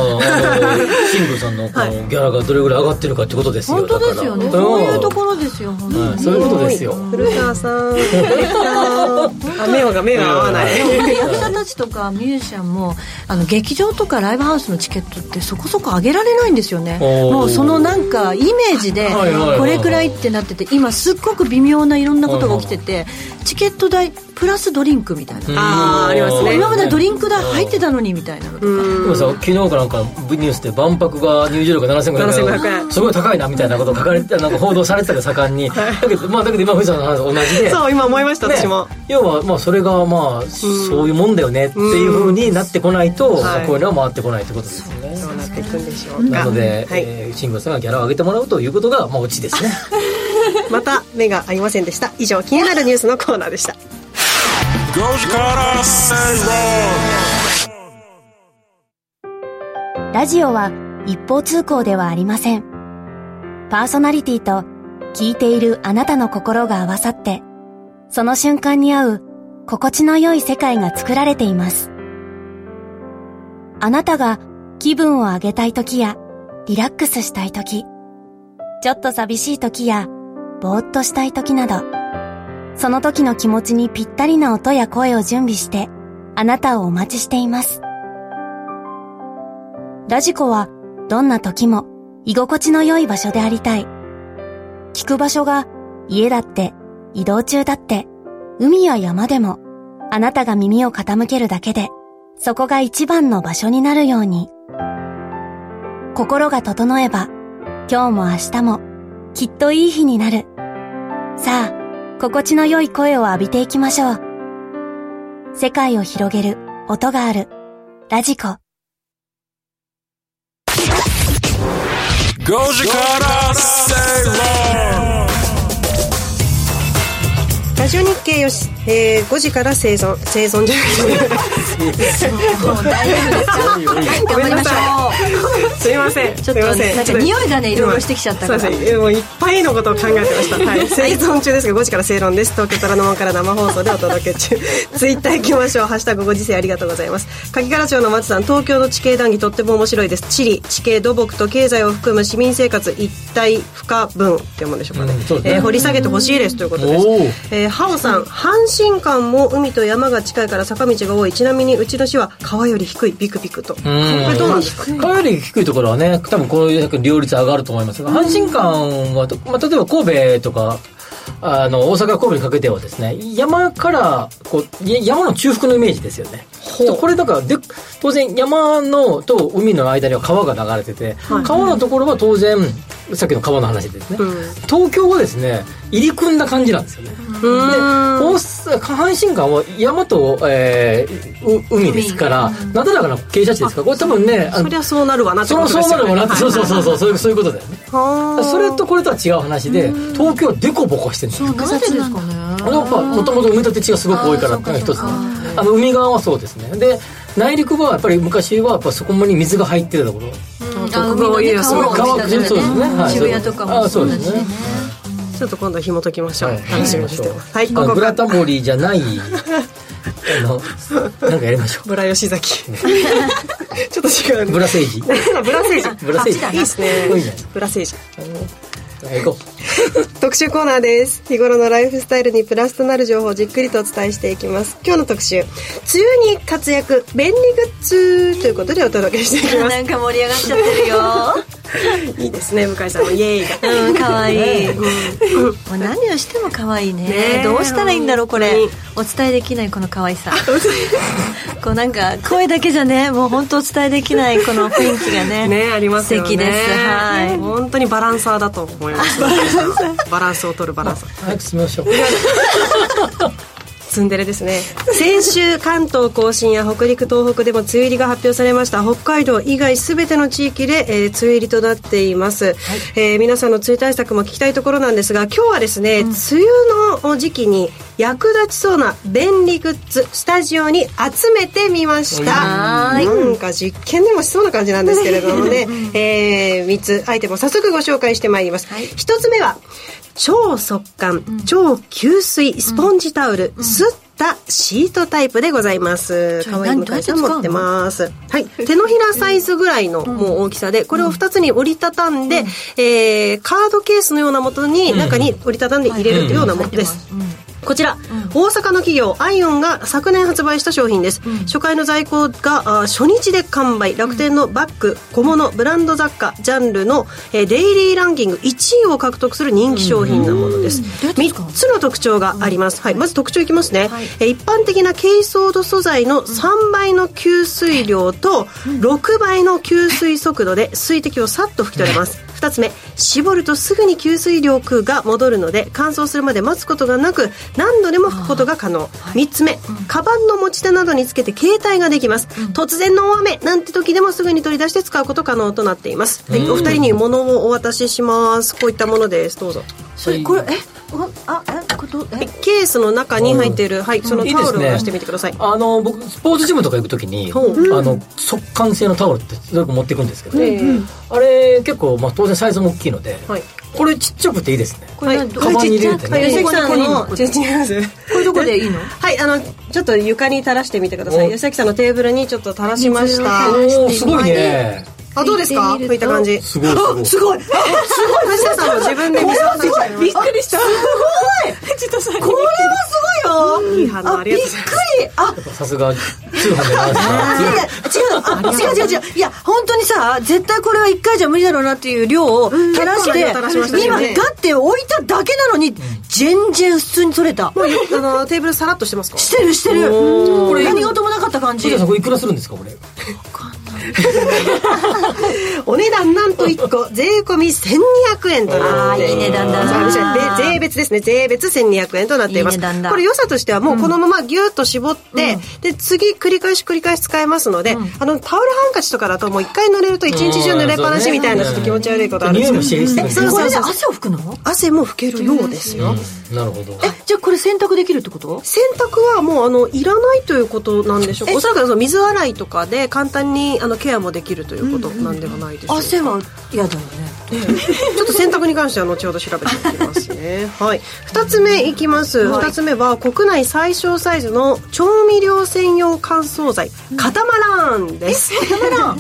S2: あのシングルさんのこのギャラがどれぐらい上がってるかってことですよ。
S3: 本当ですよね
S2: だから
S3: そういうと
S2: ん
S3: ころですよ本当
S2: は
S3: に
S2: い、そういうことですよ。
S4: 古川さん古川 [laughs] さんあ目が目が合わない
S3: でも役者たちとかミュージシャンもあの劇場とかライブハウスのチケットってそこそこ上げられないんですよね
S2: おー
S3: もうそのなんかイメージで
S2: はいはいはいはい
S3: これくらいってなってて今すっごく微妙ないろんなことが起きててチケット代プラスドリンクみたいな、
S4: あーありますね
S3: 今までドリンク代入ってたのにみたいなのとか
S2: でもさ昨日かなんかニュースで万博が入場料が7500
S4: 7500
S2: 円
S4: 円
S2: すごい高いなみたいなことを書かれてなんか報道されてたが盛んに、だけどまあだけど今藤さんの話と同じで
S4: そう今思いました
S2: ね
S4: 私も、
S2: 要はまあそれがまあそういうもんだよねっていうふうになってこないと、
S4: はい
S2: こういうのは回ってこないってことですよね。
S4: どうなっていくんでしょうか
S2: なので、
S4: はい
S2: えー慎吾さんがギャラを上げてもらうということがまあオチですね。
S4: また目が合いませんでした以上気になるニュースのコーナーでした
S1: Goji Kara Say Wrong.
S5: ラジオは一方通行ではありません。パーソナリティと聞いているあなたの心が合わさって、その瞬間に合う心地の良い世界が作られています。あなたが気分を上げたい時やリラックスしたい時、
S9: ちょっと寂しい時や、ぼーっとしたい時など、その時の気持ちにぴったりな音や声を準備して、あなたをお待ちしています。ラジコは、どんな時も、居心地の良い場所でありたい。聞く場所が、家だって、移動中だって、海や山でも、あなたが耳を傾けるだけで、そこが一番の場所になるように。心が整えば、今日も明日も、きっといい日になる。さあ、心地の良い声を浴びていきましょう。世界を広げる音がある。ラジコ。
S1: 5時から正論
S4: ラジオ日経よし、えー、5時から生存生存じゃ [laughs]
S3: もう大丈夫ですよ頑張りましょ
S4: うすいません
S3: ちょっとなんか匂いがねいろいろしてきちゃったから
S4: そうですねもういっぱいのことを考えてました、はい、生存中ですが5時から正論です東京虎ノ門から生放送でお届け中 [laughs] ツイッター行きましょう「ハッシュタグご時世ありがとうございます」柿原町の松さん東京の地形談義とっても面白いです地理地形土木と経済を含む市民生活一体不可分ってもんでしょうかね,うん、う、ね、えー、掘り下げてほしいですということですえーハオさん阪神間も海と山が近いから坂道が多いちなみにうちの市は川より低いビクビクとこれどうなんですか
S2: 川より低いところはね多分こういう両率上がると思いますが阪神間は、まあ、例えば神戸とかあの大阪神戸にかけてはですね山からこう山の中腹のイメージですよねこれだからで当然山のと海の間には川が流れてて、はい、川のところは当然さっきの川の話ですね、うん、東京はですね入り組んだ感じなんですよね、で阪神間は山と、えー、海ですからなだらかな傾斜地ですからこれ多分ね
S4: そりゃそうなるわなってこと
S2: ですよ、ね、そうそうなるわなって、はい、そうそうそうそうそういうことだよねそれとこれとは違う話で東京はデコボコしてるんですよ
S3: 複雑ですかね
S2: やっぱもともと埋め立て地がすごく多いからっていうのが一つあの海側はそうですねで内陸部はやっぱり昔はやっぱそこに水が入ってたところ
S3: 徳川家康
S2: の川
S3: そうですね、はい、渋谷とかも
S2: そうですね
S4: ちょっと今度紐解きましょう。はい、楽しみにしてます。
S2: はい、ここブラタモリじゃ [laughs] ない。あの、なんかやりましょう。
S4: ブラ
S2: [laughs]
S4: 吉崎。ちょっと違う、
S2: ブラ政治。
S4: ブラ政治。
S2: ブラ政治。
S4: いいですね。ブラ政治。
S2: 行こ
S4: う特集コーナーです日頃のライフスタイルにプラスとなる情報をじっくりとお伝えしていきます今日の特集梅雨に活躍便利グッズということでお届けしてい
S2: [laughs]
S4: きます
S3: なんか盛り上がっちゃって
S4: るよいいですね向井さんもイエーイ
S3: がうんかわいいもう何をしてもかわいいね、ね、どうしたらいいんだろうこれお伝えできないこのかわいさ [laughs] こうなんか声だけじゃねもう本当お伝えできないこの雰囲気がね
S4: ねありますよね
S3: 素敵ですはい
S4: 本当にバランサーだと思いますバランスを取るバランス。
S2: 早く進めましょう。
S4: ツンデレですね先週関東甲信や北陸東北でも梅雨入りが発表されました北海道以外全ての地域で、えー、梅雨入りとなっています、はい、えー、皆さんの梅雨対策も聞きたいところなんですが今日はですね、うん、梅雨の時期に役立ちそうな便利グッズスタジオに集めてみましたなんか実験でもしそうな感じなんですけれどもね、 [laughs] えー、3つアイテムを早速ご紹介してまいります、はい、1つ目は超速乾、超吸水スポンジタオル、うん、すったシートタイプでございます。可、う、愛、ん、い向井さん持ってます。はい。手のひらサイズぐらいのもう大きさで、これを2つに折りたたんで、うん、えー、カードケースのようなもとに、中に折りたたんで入れるというようなものです。うんこちら、うん、大阪の企業アイオンが昨年発売した商品です、うん、初回の在庫が初日で完売楽天のバッグ小物ブランド雑貨ジャンルの、えー、デイリーランキング1位を獲得する人気商品なものです、うん、3つの特徴があります、はい、まず特徴いきますね、はい、えー、一般的な珪藻土素材の3倍の吸水量と6倍の吸水速度で水滴をさっと拭き取れます、2つ目絞るとすぐに吸水量空が戻るので乾燥するまで待つことがなく何度でも拭くことが可能、はい、3つ目、うん、カバンの持ち手などにつけて携帯ができます、うん、突然の大雨なんて時でもすぐに取り出して使うこと可能となっています、うん、はい、お二人に物をお渡ししますこういったものですどうぞ
S3: それこれえあえことえ
S4: ケースの中に入っている、はいそのタオルを出してみてください、
S2: ね、あの僕スポーツジムとか行く時に、あの速乾性のタオルってよく持っていくんですけど、あれ結構、まあ、当然サイズも大きいので、はいこれちっちゃくていいですね。
S3: これ、はい、
S2: カバンに入れるとね。
S4: 吉崎さんのこ
S3: れどこでいいの？
S4: はい、あのちょっと床に垂らしてみてください。吉崎さんのテーブルにちょっと垂らしました。
S2: すごいね。
S4: あ、どうですか
S7: 拭いてみると
S4: 拭いた感じ。
S2: すごいすごい
S4: あすごい。あすごい。藤田さんも自分で水をすごい。びっくりした。すごい。藤田さん。これはすごいよ。いい反応ありがとうございます。
S2: さすが通販でなんです
S3: いや違
S2: か
S3: うのあ違う違う違ういや本当にさ絶対これは1回じゃ無理だろうなっていう量を垂らして
S4: 結構な量垂らしましたね
S3: 今ガッて置いただけなのに全然普通に取れた
S4: あのテーブルさらっとしてますか。
S3: してるしてるこれ何事もなかった感じ
S2: 藤田さんこれいくらするんですかこれ
S4: お値段なんと1個税込み1200円となって
S3: あーいい値段だな
S4: な税別ですね税別1200円となっています
S3: いい値段だ
S4: これ良さとしてはもうこのままギューッと絞って、で次繰り返し繰り返し使えますので、あのタオルハンカチとかだともう1回濡れると1日中濡れっぱなしみたいなちょっと気持ち悪いことあるんで
S2: 匂いも
S4: す
S2: し
S4: けど
S2: てるし
S4: えそ
S3: こ
S4: うそ
S3: れ
S4: う
S3: で
S4: そう
S3: 汗を拭くの
S4: 汗も拭けるようですよ、
S2: うんなるほど
S3: じゃあこれ洗濯できるってこと
S4: 洗濯はもうあのいらないということなんでしょうかおそらくその水洗いとかで簡単にあのケアもできるということなんではないでしょうか、
S3: 汗は嫌だよね
S4: ちょっと洗濯に関しては後ほど調べていきますね。はい。二つ目いきます。二、つ目は国内最小サイズの調味料専用乾燥剤、カタマランです。カタマラン。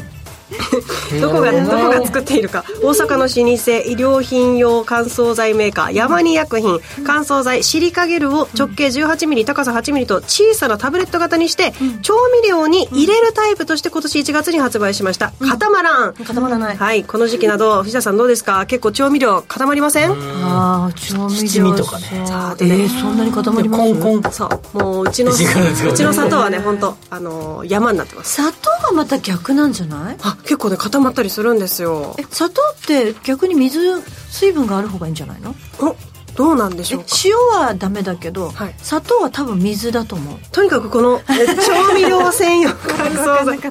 S4: どこがどこが作っているか大阪の老舗衣料品用乾燥剤メーカーヤマニ薬品乾燥剤シリカゲルを直径1 8ミリ高さ8ミリと小さなタブレット型にして調味料に入れるタイプとして今年1月に発売しましたカタマラン
S3: 固まらない
S4: はい、この時期など藤田さんどうですか結構調味料固まりません
S3: ああ調味料
S2: 七味とかね
S3: さあえーそんなに固まります
S2: コンコン
S4: そうもううちのう
S2: 時間ですよね
S4: ちの砂糖はね本当あのー山になってます
S3: 砂糖がまた逆なんじゃない
S4: あ結構ね固まったりするんですよ
S3: え砂糖って逆に水水分がある方がいいんじゃないの
S4: おどうなんでし
S3: え
S4: ょうか
S3: 塩はダメだけど、
S4: はい
S3: 砂糖は多分水だと思う
S4: とにかくこのえ調味料専
S3: [laughs]
S4: 用乾燥剤 [laughs]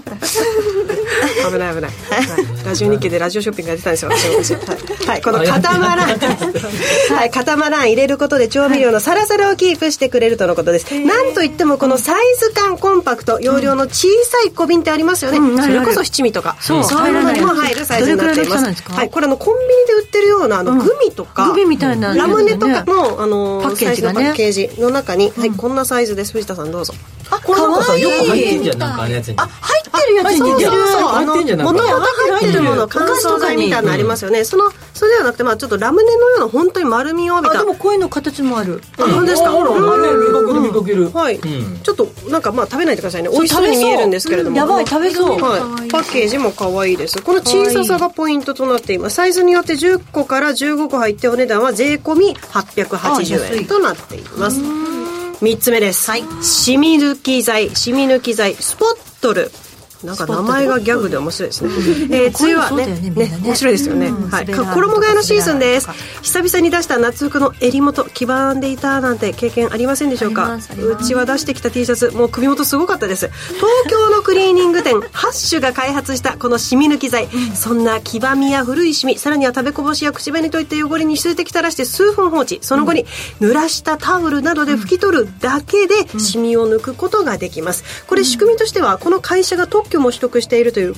S4: 危ない危ない、はい、ラジオ日経でラジオショッピングやってたんですよ私はい、はい、
S3: [laughs]
S4: このカタマランはいカタマラン入れることで調味料のサラサラをキープしてくれるとのことです、なんといってもこのサイズ感コンパクト容量の小さい小瓶ってありますよね、
S3: うんあ
S4: そ
S3: るあ
S4: れ
S3: る
S4: こそ七味とか
S3: そう
S4: そういうのにも入るサイズになってい
S3: どれくらいの大きさ
S4: ます
S3: なんですか
S4: はい、これあのコンビニで売ってるようなあのグミとか、
S3: グミみたいな
S4: ラムネと
S3: や
S4: か
S3: つだよね
S4: の、あの
S3: パッケージがね
S4: サイズのパッケージの中に、はい、こんなサイズです。藤田さんどうぞ。
S3: あ
S2: これなんかさよく入ってんじ
S3: ゃん
S2: ゃんなんかあのやつに
S3: あ入ってるやつに似てる
S2: そうそう
S4: あの、
S2: 入ってんじゃんなんか
S4: 元々入ってるもの、乾燥剤みたいなのありますよね。その、それではなくて、まあちょっとラムネのような本当に丸みを帯び
S3: あ
S4: た。
S3: でもこういうの形もある
S4: あ本当ですか
S2: あらあらね
S4: うん
S2: 見かける見かける
S4: はい、
S2: ん
S4: ちょっとなんかまあ食べないでくださいね美
S3: う
S4: 味しそうに
S3: 食べ
S4: 見
S3: そう
S4: えるんですけれども、
S3: うんやばい食べそう
S4: はい、パッケージも可愛いですこの小ささがポイントとなっていますサイズによって10個から15個入ってお値段は税込み
S3: あ安
S4: 880
S3: い
S4: 円となっています3つ目です、はい、シミ抜き剤シミ抜き剤スポットルなんか名前がギャグで面白いですね。えー、梅雨は
S3: こういうのそうだ
S4: ね
S3: よねみんなね
S4: ね、面白いですよね。
S3: うん
S4: はい、
S3: 滑らない
S4: 衣替えのシーズンです
S3: 滑らないとか。
S4: 久々に出した夏服の襟元黄ばんでいたなんて経験ありませんでしょ
S3: あ
S4: う
S3: り
S4: か
S3: ますありま
S4: うちは出してきた T シャツもう首元すごかったです東京のクリーニ
S3: [laughs]
S4: ング店ハッシュが開発したこのシミ抜き剤、そんな黄ばみや古いシミさらには食べこぼしや口紅といった汚れに数滴垂らして数分放置その後に濡らしたタオルなどで拭き取るだけでシミを抜くことができますこれ仕組みとしてはこの会社が特許も取得しているという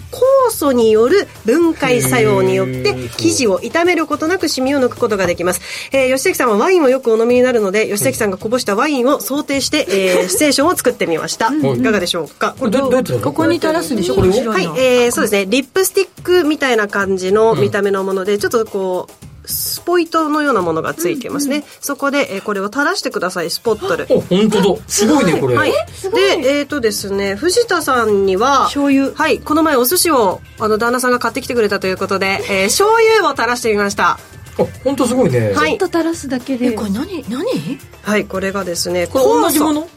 S4: 酵素による分解作用によって生地を傷めることなくシミを抜くことができます、えー、吉崎さんはワインをよくお飲みになるので吉崎さんがこぼしたワインを想定して、えー、ステーションを作ってみましたいかがでしょうか
S2: これどどうやってやるの
S3: ここに垂らすんでしょ
S2: これを
S3: この白
S4: はい
S3: の、
S4: えー、そうですねリップスティックみたいな感じの見た目のもので、ちょっとこうスポイトのようなものがついてますね、そこで、えーこれを垂らしてくださいスポットル
S2: お本当だすごいねこれ
S4: はい、でえっ、とですね藤田さんには
S3: 醤油
S4: はいこの前お寿司をあの旦那さんが買ってきてくれたということで、
S2: [laughs]
S4: えー醤油を垂らしてみました
S2: あ本当すごいね
S4: はい
S7: と垂らすだけ
S3: え
S7: で
S3: これ何何
S4: はいこれがですね
S2: これ同じも
S4: 酵
S2: の
S4: 素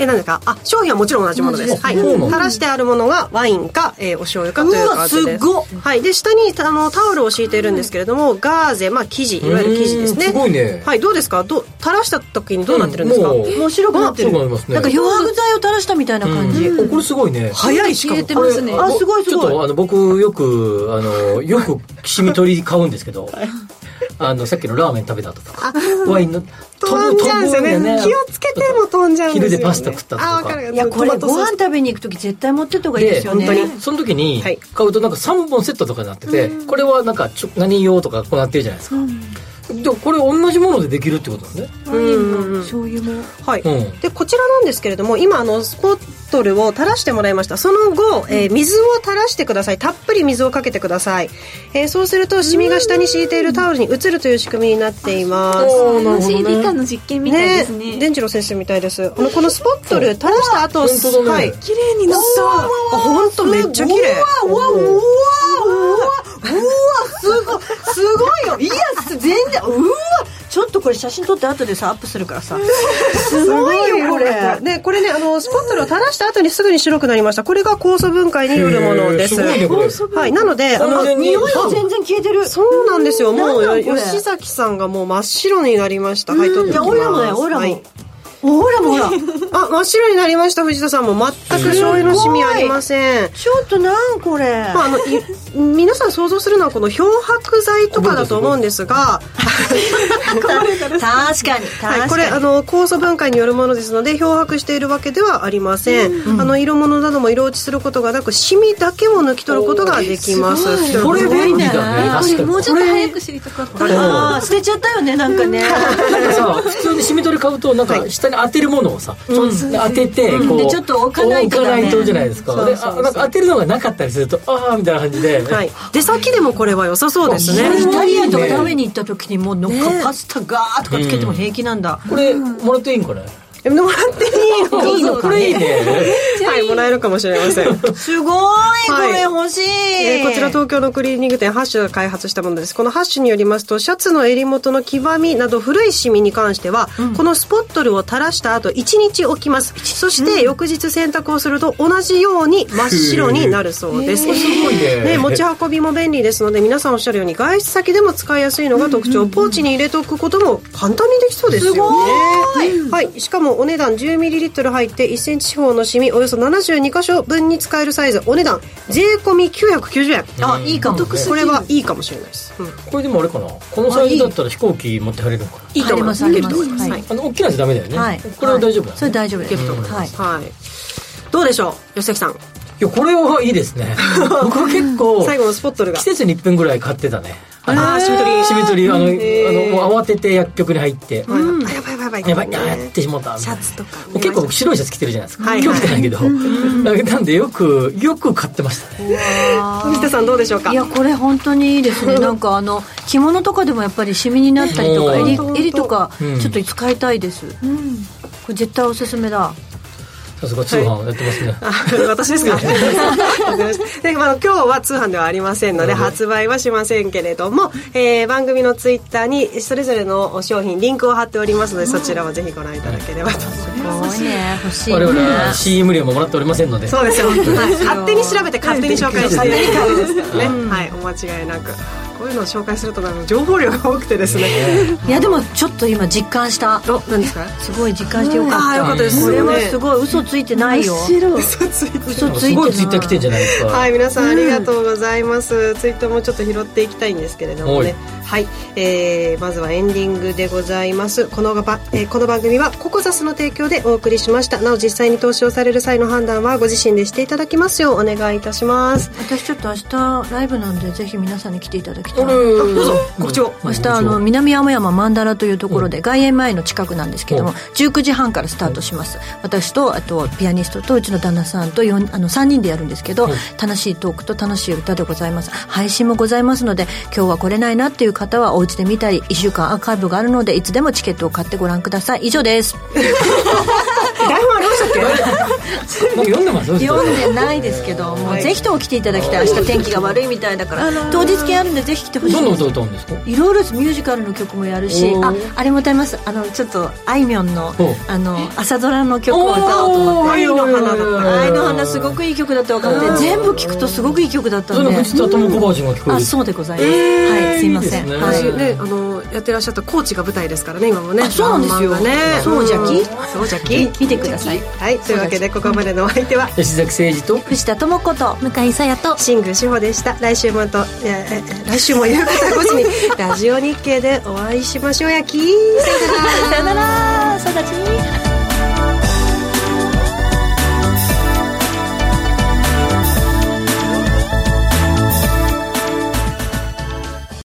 S4: えなんですかあ商品はもちろん同じものです
S2: 同じです
S4: はい
S2: そうな
S4: 垂
S2: の
S4: らしてあるものがワインか、えーお醤油かという感じです
S3: うわす
S4: はいで下にあのタオルを敷いているんですけれどもガーゼまあ生地いわゆる生地ですね
S2: うんすごいね
S4: はいどうですかどう垂らした時にどうなってるんですか、
S2: うんもう
S4: 面白くなってる
S2: そうなりますね
S3: なんか漂白剤を垂らしたみたいな感じ、
S2: うんおこれすごいね
S4: 早いしかも
S7: 消えてますね
S2: これ
S3: あすごいすごい
S2: ちょっとあの僕よくあのよくシミ取り買うんですけどあのさっきのラーメン食べたとかワインの
S4: 飛んじゃうんですよね気をつけても飛んじゃうんですよ、
S2: 昼
S4: ね、
S2: でパスタ食ったとか
S4: あわる
S3: いやこれご飯
S4: トマトソース
S3: 食べに行く時絶対持ってった方がいいで
S2: です
S3: よね
S4: 本当に
S2: その時に
S4: はい
S2: 買うとなんか3本セットとかになってて、これはなんかちょ何用とかこうなってるじゃないですか、でもこれ同じものでできるってことだね
S7: 何か醤油も
S4: はい、
S2: うん
S4: でこちらなんですけれども今あのスポットルを垂らしてもらいましたその後、えー水を垂らしてくださいたっぷり水をかけてください、えーそうするとシミが下に敷いているタオルに移るという仕組みになっています
S7: 楽しい理科の実験みたいですね
S4: 伝次郎先生みたいですあのこのスポットル垂らした後
S2: 本当だね
S4: はい
S7: 綺麗になった
S4: あ本当めっちゃ綺麗
S10: うわうわうわうわすごいすごいよいやす全然うわ
S3: ちょっとこれ写真撮って後でさアップするからさ
S4: すごいよこれでこれねあのスポットルを垂らした後にすぐに白くなりましたこれが酵素分解によるものです
S2: へーすごいねこれ
S4: はいなのであの
S2: 完全に
S10: 匂いが全然消えてる
S4: そうなんですよ。も
S10: な
S4: う、
S10: んだこれ
S4: 吉崎さんがもう真っ白になりました。はい、取ってきま
S10: いやオ
S4: す。
S10: イラもだよオイラも
S4: はい
S10: ほらもほら
S4: あ、真っ白になりました、藤田さんも。全く醤油のシミありません。
S10: ちょっとなんこれ
S4: まあ、あのい皆さん想像するのはこの漂白剤とかだと思うんです [laughs] が、
S3: 確かに確かに、
S4: はい、これあの酵素分解によるものですので漂白しているわけではありません、あの色物なども色落ちすることがなくシミだけを抜き取ることができます
S2: これ便利
S3: ね
S2: だね確かに
S7: もうちょっと早く知りたかった
S3: あー捨てちゃったよねなんかね
S2: なんかさ普通にシミ取り買うとなんか下に当てるものをさ、ちょっと当ててこう、
S3: でちょっと置かないと
S2: 置
S3: だね
S2: かじゃないですか
S4: そうそうそ
S2: で
S4: う
S2: あなんか当てるのがなかったりするとああみたいな感じで、
S4: はい、出先でもこれは良さそうですね
S3: イタリアンとか食べに行った時にもうのっか、パスタガーとかつけても平気なんだ、
S2: これもらっていいんかね
S4: えもらって [laughs] いいの
S2: これいいね
S4: はいもらえるかもしれません
S3: すごい、これ欲しい、
S4: えーこちら東京のクリーニング店ハッシュが開発したものですこのハッシュによりますとシャツの襟元の黄ばみなど古いシミに関しては、このスポットルを垂らした後1日置きますそして翌日洗濯をすると同じように真っ白になるそうです、
S2: ごいね
S4: ね持ち運びも便利ですので皆さんおっしゃるように外出先でも使いやすいのが特徴、ポーチに入れておくことも簡単にできそうですよねはい、しかもお値段 10ml 入って1センチ四方のシミおよそ72箇所分に使えるサイズお値段税込み990円
S3: あいいかも
S4: これはいいかもしれないです、うん
S2: これでもあれかなこのサイズだったら飛行機持って入れるのかない
S4: いと思います
S3: あります
S4: いいと思います
S3: あ
S4: は
S3: り
S4: い、
S2: あの大きなやつダメだよね、
S3: はい
S2: これは大丈夫だ、ね
S3: それ大丈夫ですはい
S4: はい、どうでしょう吉崎さん
S2: いやこれはいいです
S4: [laughs]
S2: ね僕は結構
S4: 最後のスポットルが
S2: 季節に1分ぐらい買ってたね
S4: あーしみ取り
S2: しみ取りあの、
S4: へー
S2: あのもう慌てて薬局に入って、
S4: あやばいやばい
S2: や
S4: や
S2: ば
S4: ば
S2: い
S4: い
S2: なやってしまったみ
S4: シ
S2: たい
S4: ャ
S2: な
S4: ツとか
S2: 結構僕白いシャツ着てるじゃないですか、
S4: はい
S2: 今日着てないけど、なんでよくよく買ってましたね
S4: 藤田さんどうでしょうか
S3: いやこれ本当にいいですねなんかあの着物とかでもやっぱりシミになったりとか
S2: うん
S3: 襟
S4: 本当
S3: 襟とか
S2: うん
S3: ちょっと使いたいです、これ絶対おすすめだ
S2: さすが通販やってますね、
S4: あ [laughs] 私ですかわかりました [laughs] で、まあ、今日は通販ではありませんので発売はしませんけれども、えー番組のツイッターにそれぞれの商品リンクを貼っておりますのでそちらはぜひご覧いただければと思います
S3: すごいね欲しいね
S2: 我々は CM 料ももらっておりませんので
S4: そうですよ、はい、勝手に調べて勝手に紹介している感じですからね、はいお間違いなくこういうのを紹介するとなんか情報量が多くてですね
S3: いやでもちょっと今実感した
S4: お何ですか
S3: すごい実感してよかった、
S4: ああよかったです
S3: これは
S4: ね
S3: すごい嘘ついてないよ
S7: 白い
S4: 嘘ついてる
S3: 嘘ついてない
S2: すごいツイッター来てんじゃないですか、
S4: はい、皆さんありがとうございます。ツイートもちょっと拾っていきたいんですけれどもね。はい、えーまずはエンディングでございます。このがば、えーこの番組はココザスの提供でお送りしました。なお実際に投資をされる際の判断はご自身でしていただきますようお願いいたします。
S3: 私ちょっと明日ライブなんでぜひ皆さんに来ていただきたい
S4: どうぞご聴。
S3: 明日あの南青山曼荼羅というところで外苑前の近くなんですけども
S2: うん
S3: 19時半からスタートします私とあとピアニストとうちの旦那さんと4あの3人でやるんですけど楽しいトークと楽しい歌でございます配信もございますので今日は来れないなっていう方はお家で見たり1週間アーカイブがあるのでいつでもチケットを買ってご覧ください以上です
S4: 台本ありましたっけ？
S2: 僕読んでます
S3: 読んでないですけどもうぜひとも来ていただきたい明日天気が悪いみたいだから当日券あるんでぜひ来てほしい
S2: どんな歌歌うんですか
S3: いろいろですミュージカルの曲もやるし
S2: お
S3: あ
S2: ー
S3: あれも歌いますあのちょっとあいみょんの
S2: お
S3: あの朝ドラの曲を歌おうと思って
S4: 愛の花だった
S2: おー
S3: 愛の花すごくいい曲だって分かって全部聴くとすごくいい曲だった
S2: そ
S3: ん
S2: の
S3: で
S2: 藤田智子バージョンが聞こえる
S3: あそうでございます、はいすいません
S2: いいですね
S3: はい
S2: 私
S4: ね、あのやってらっしゃったコーチが舞台ですからね今もね
S3: あそうなんですよ
S4: 漫画ね
S3: そうじゃき
S4: そうじゃき
S3: 見てください
S4: はいというわけでここまでのお相手は
S2: 吉崎誠二と
S3: 藤田智子と
S9: 向井沙耶と
S4: シング志保でした来週もといやええ来週も夕方5時にラジオ日経でお会いしましょうやきーさよなら
S3: さよならさだち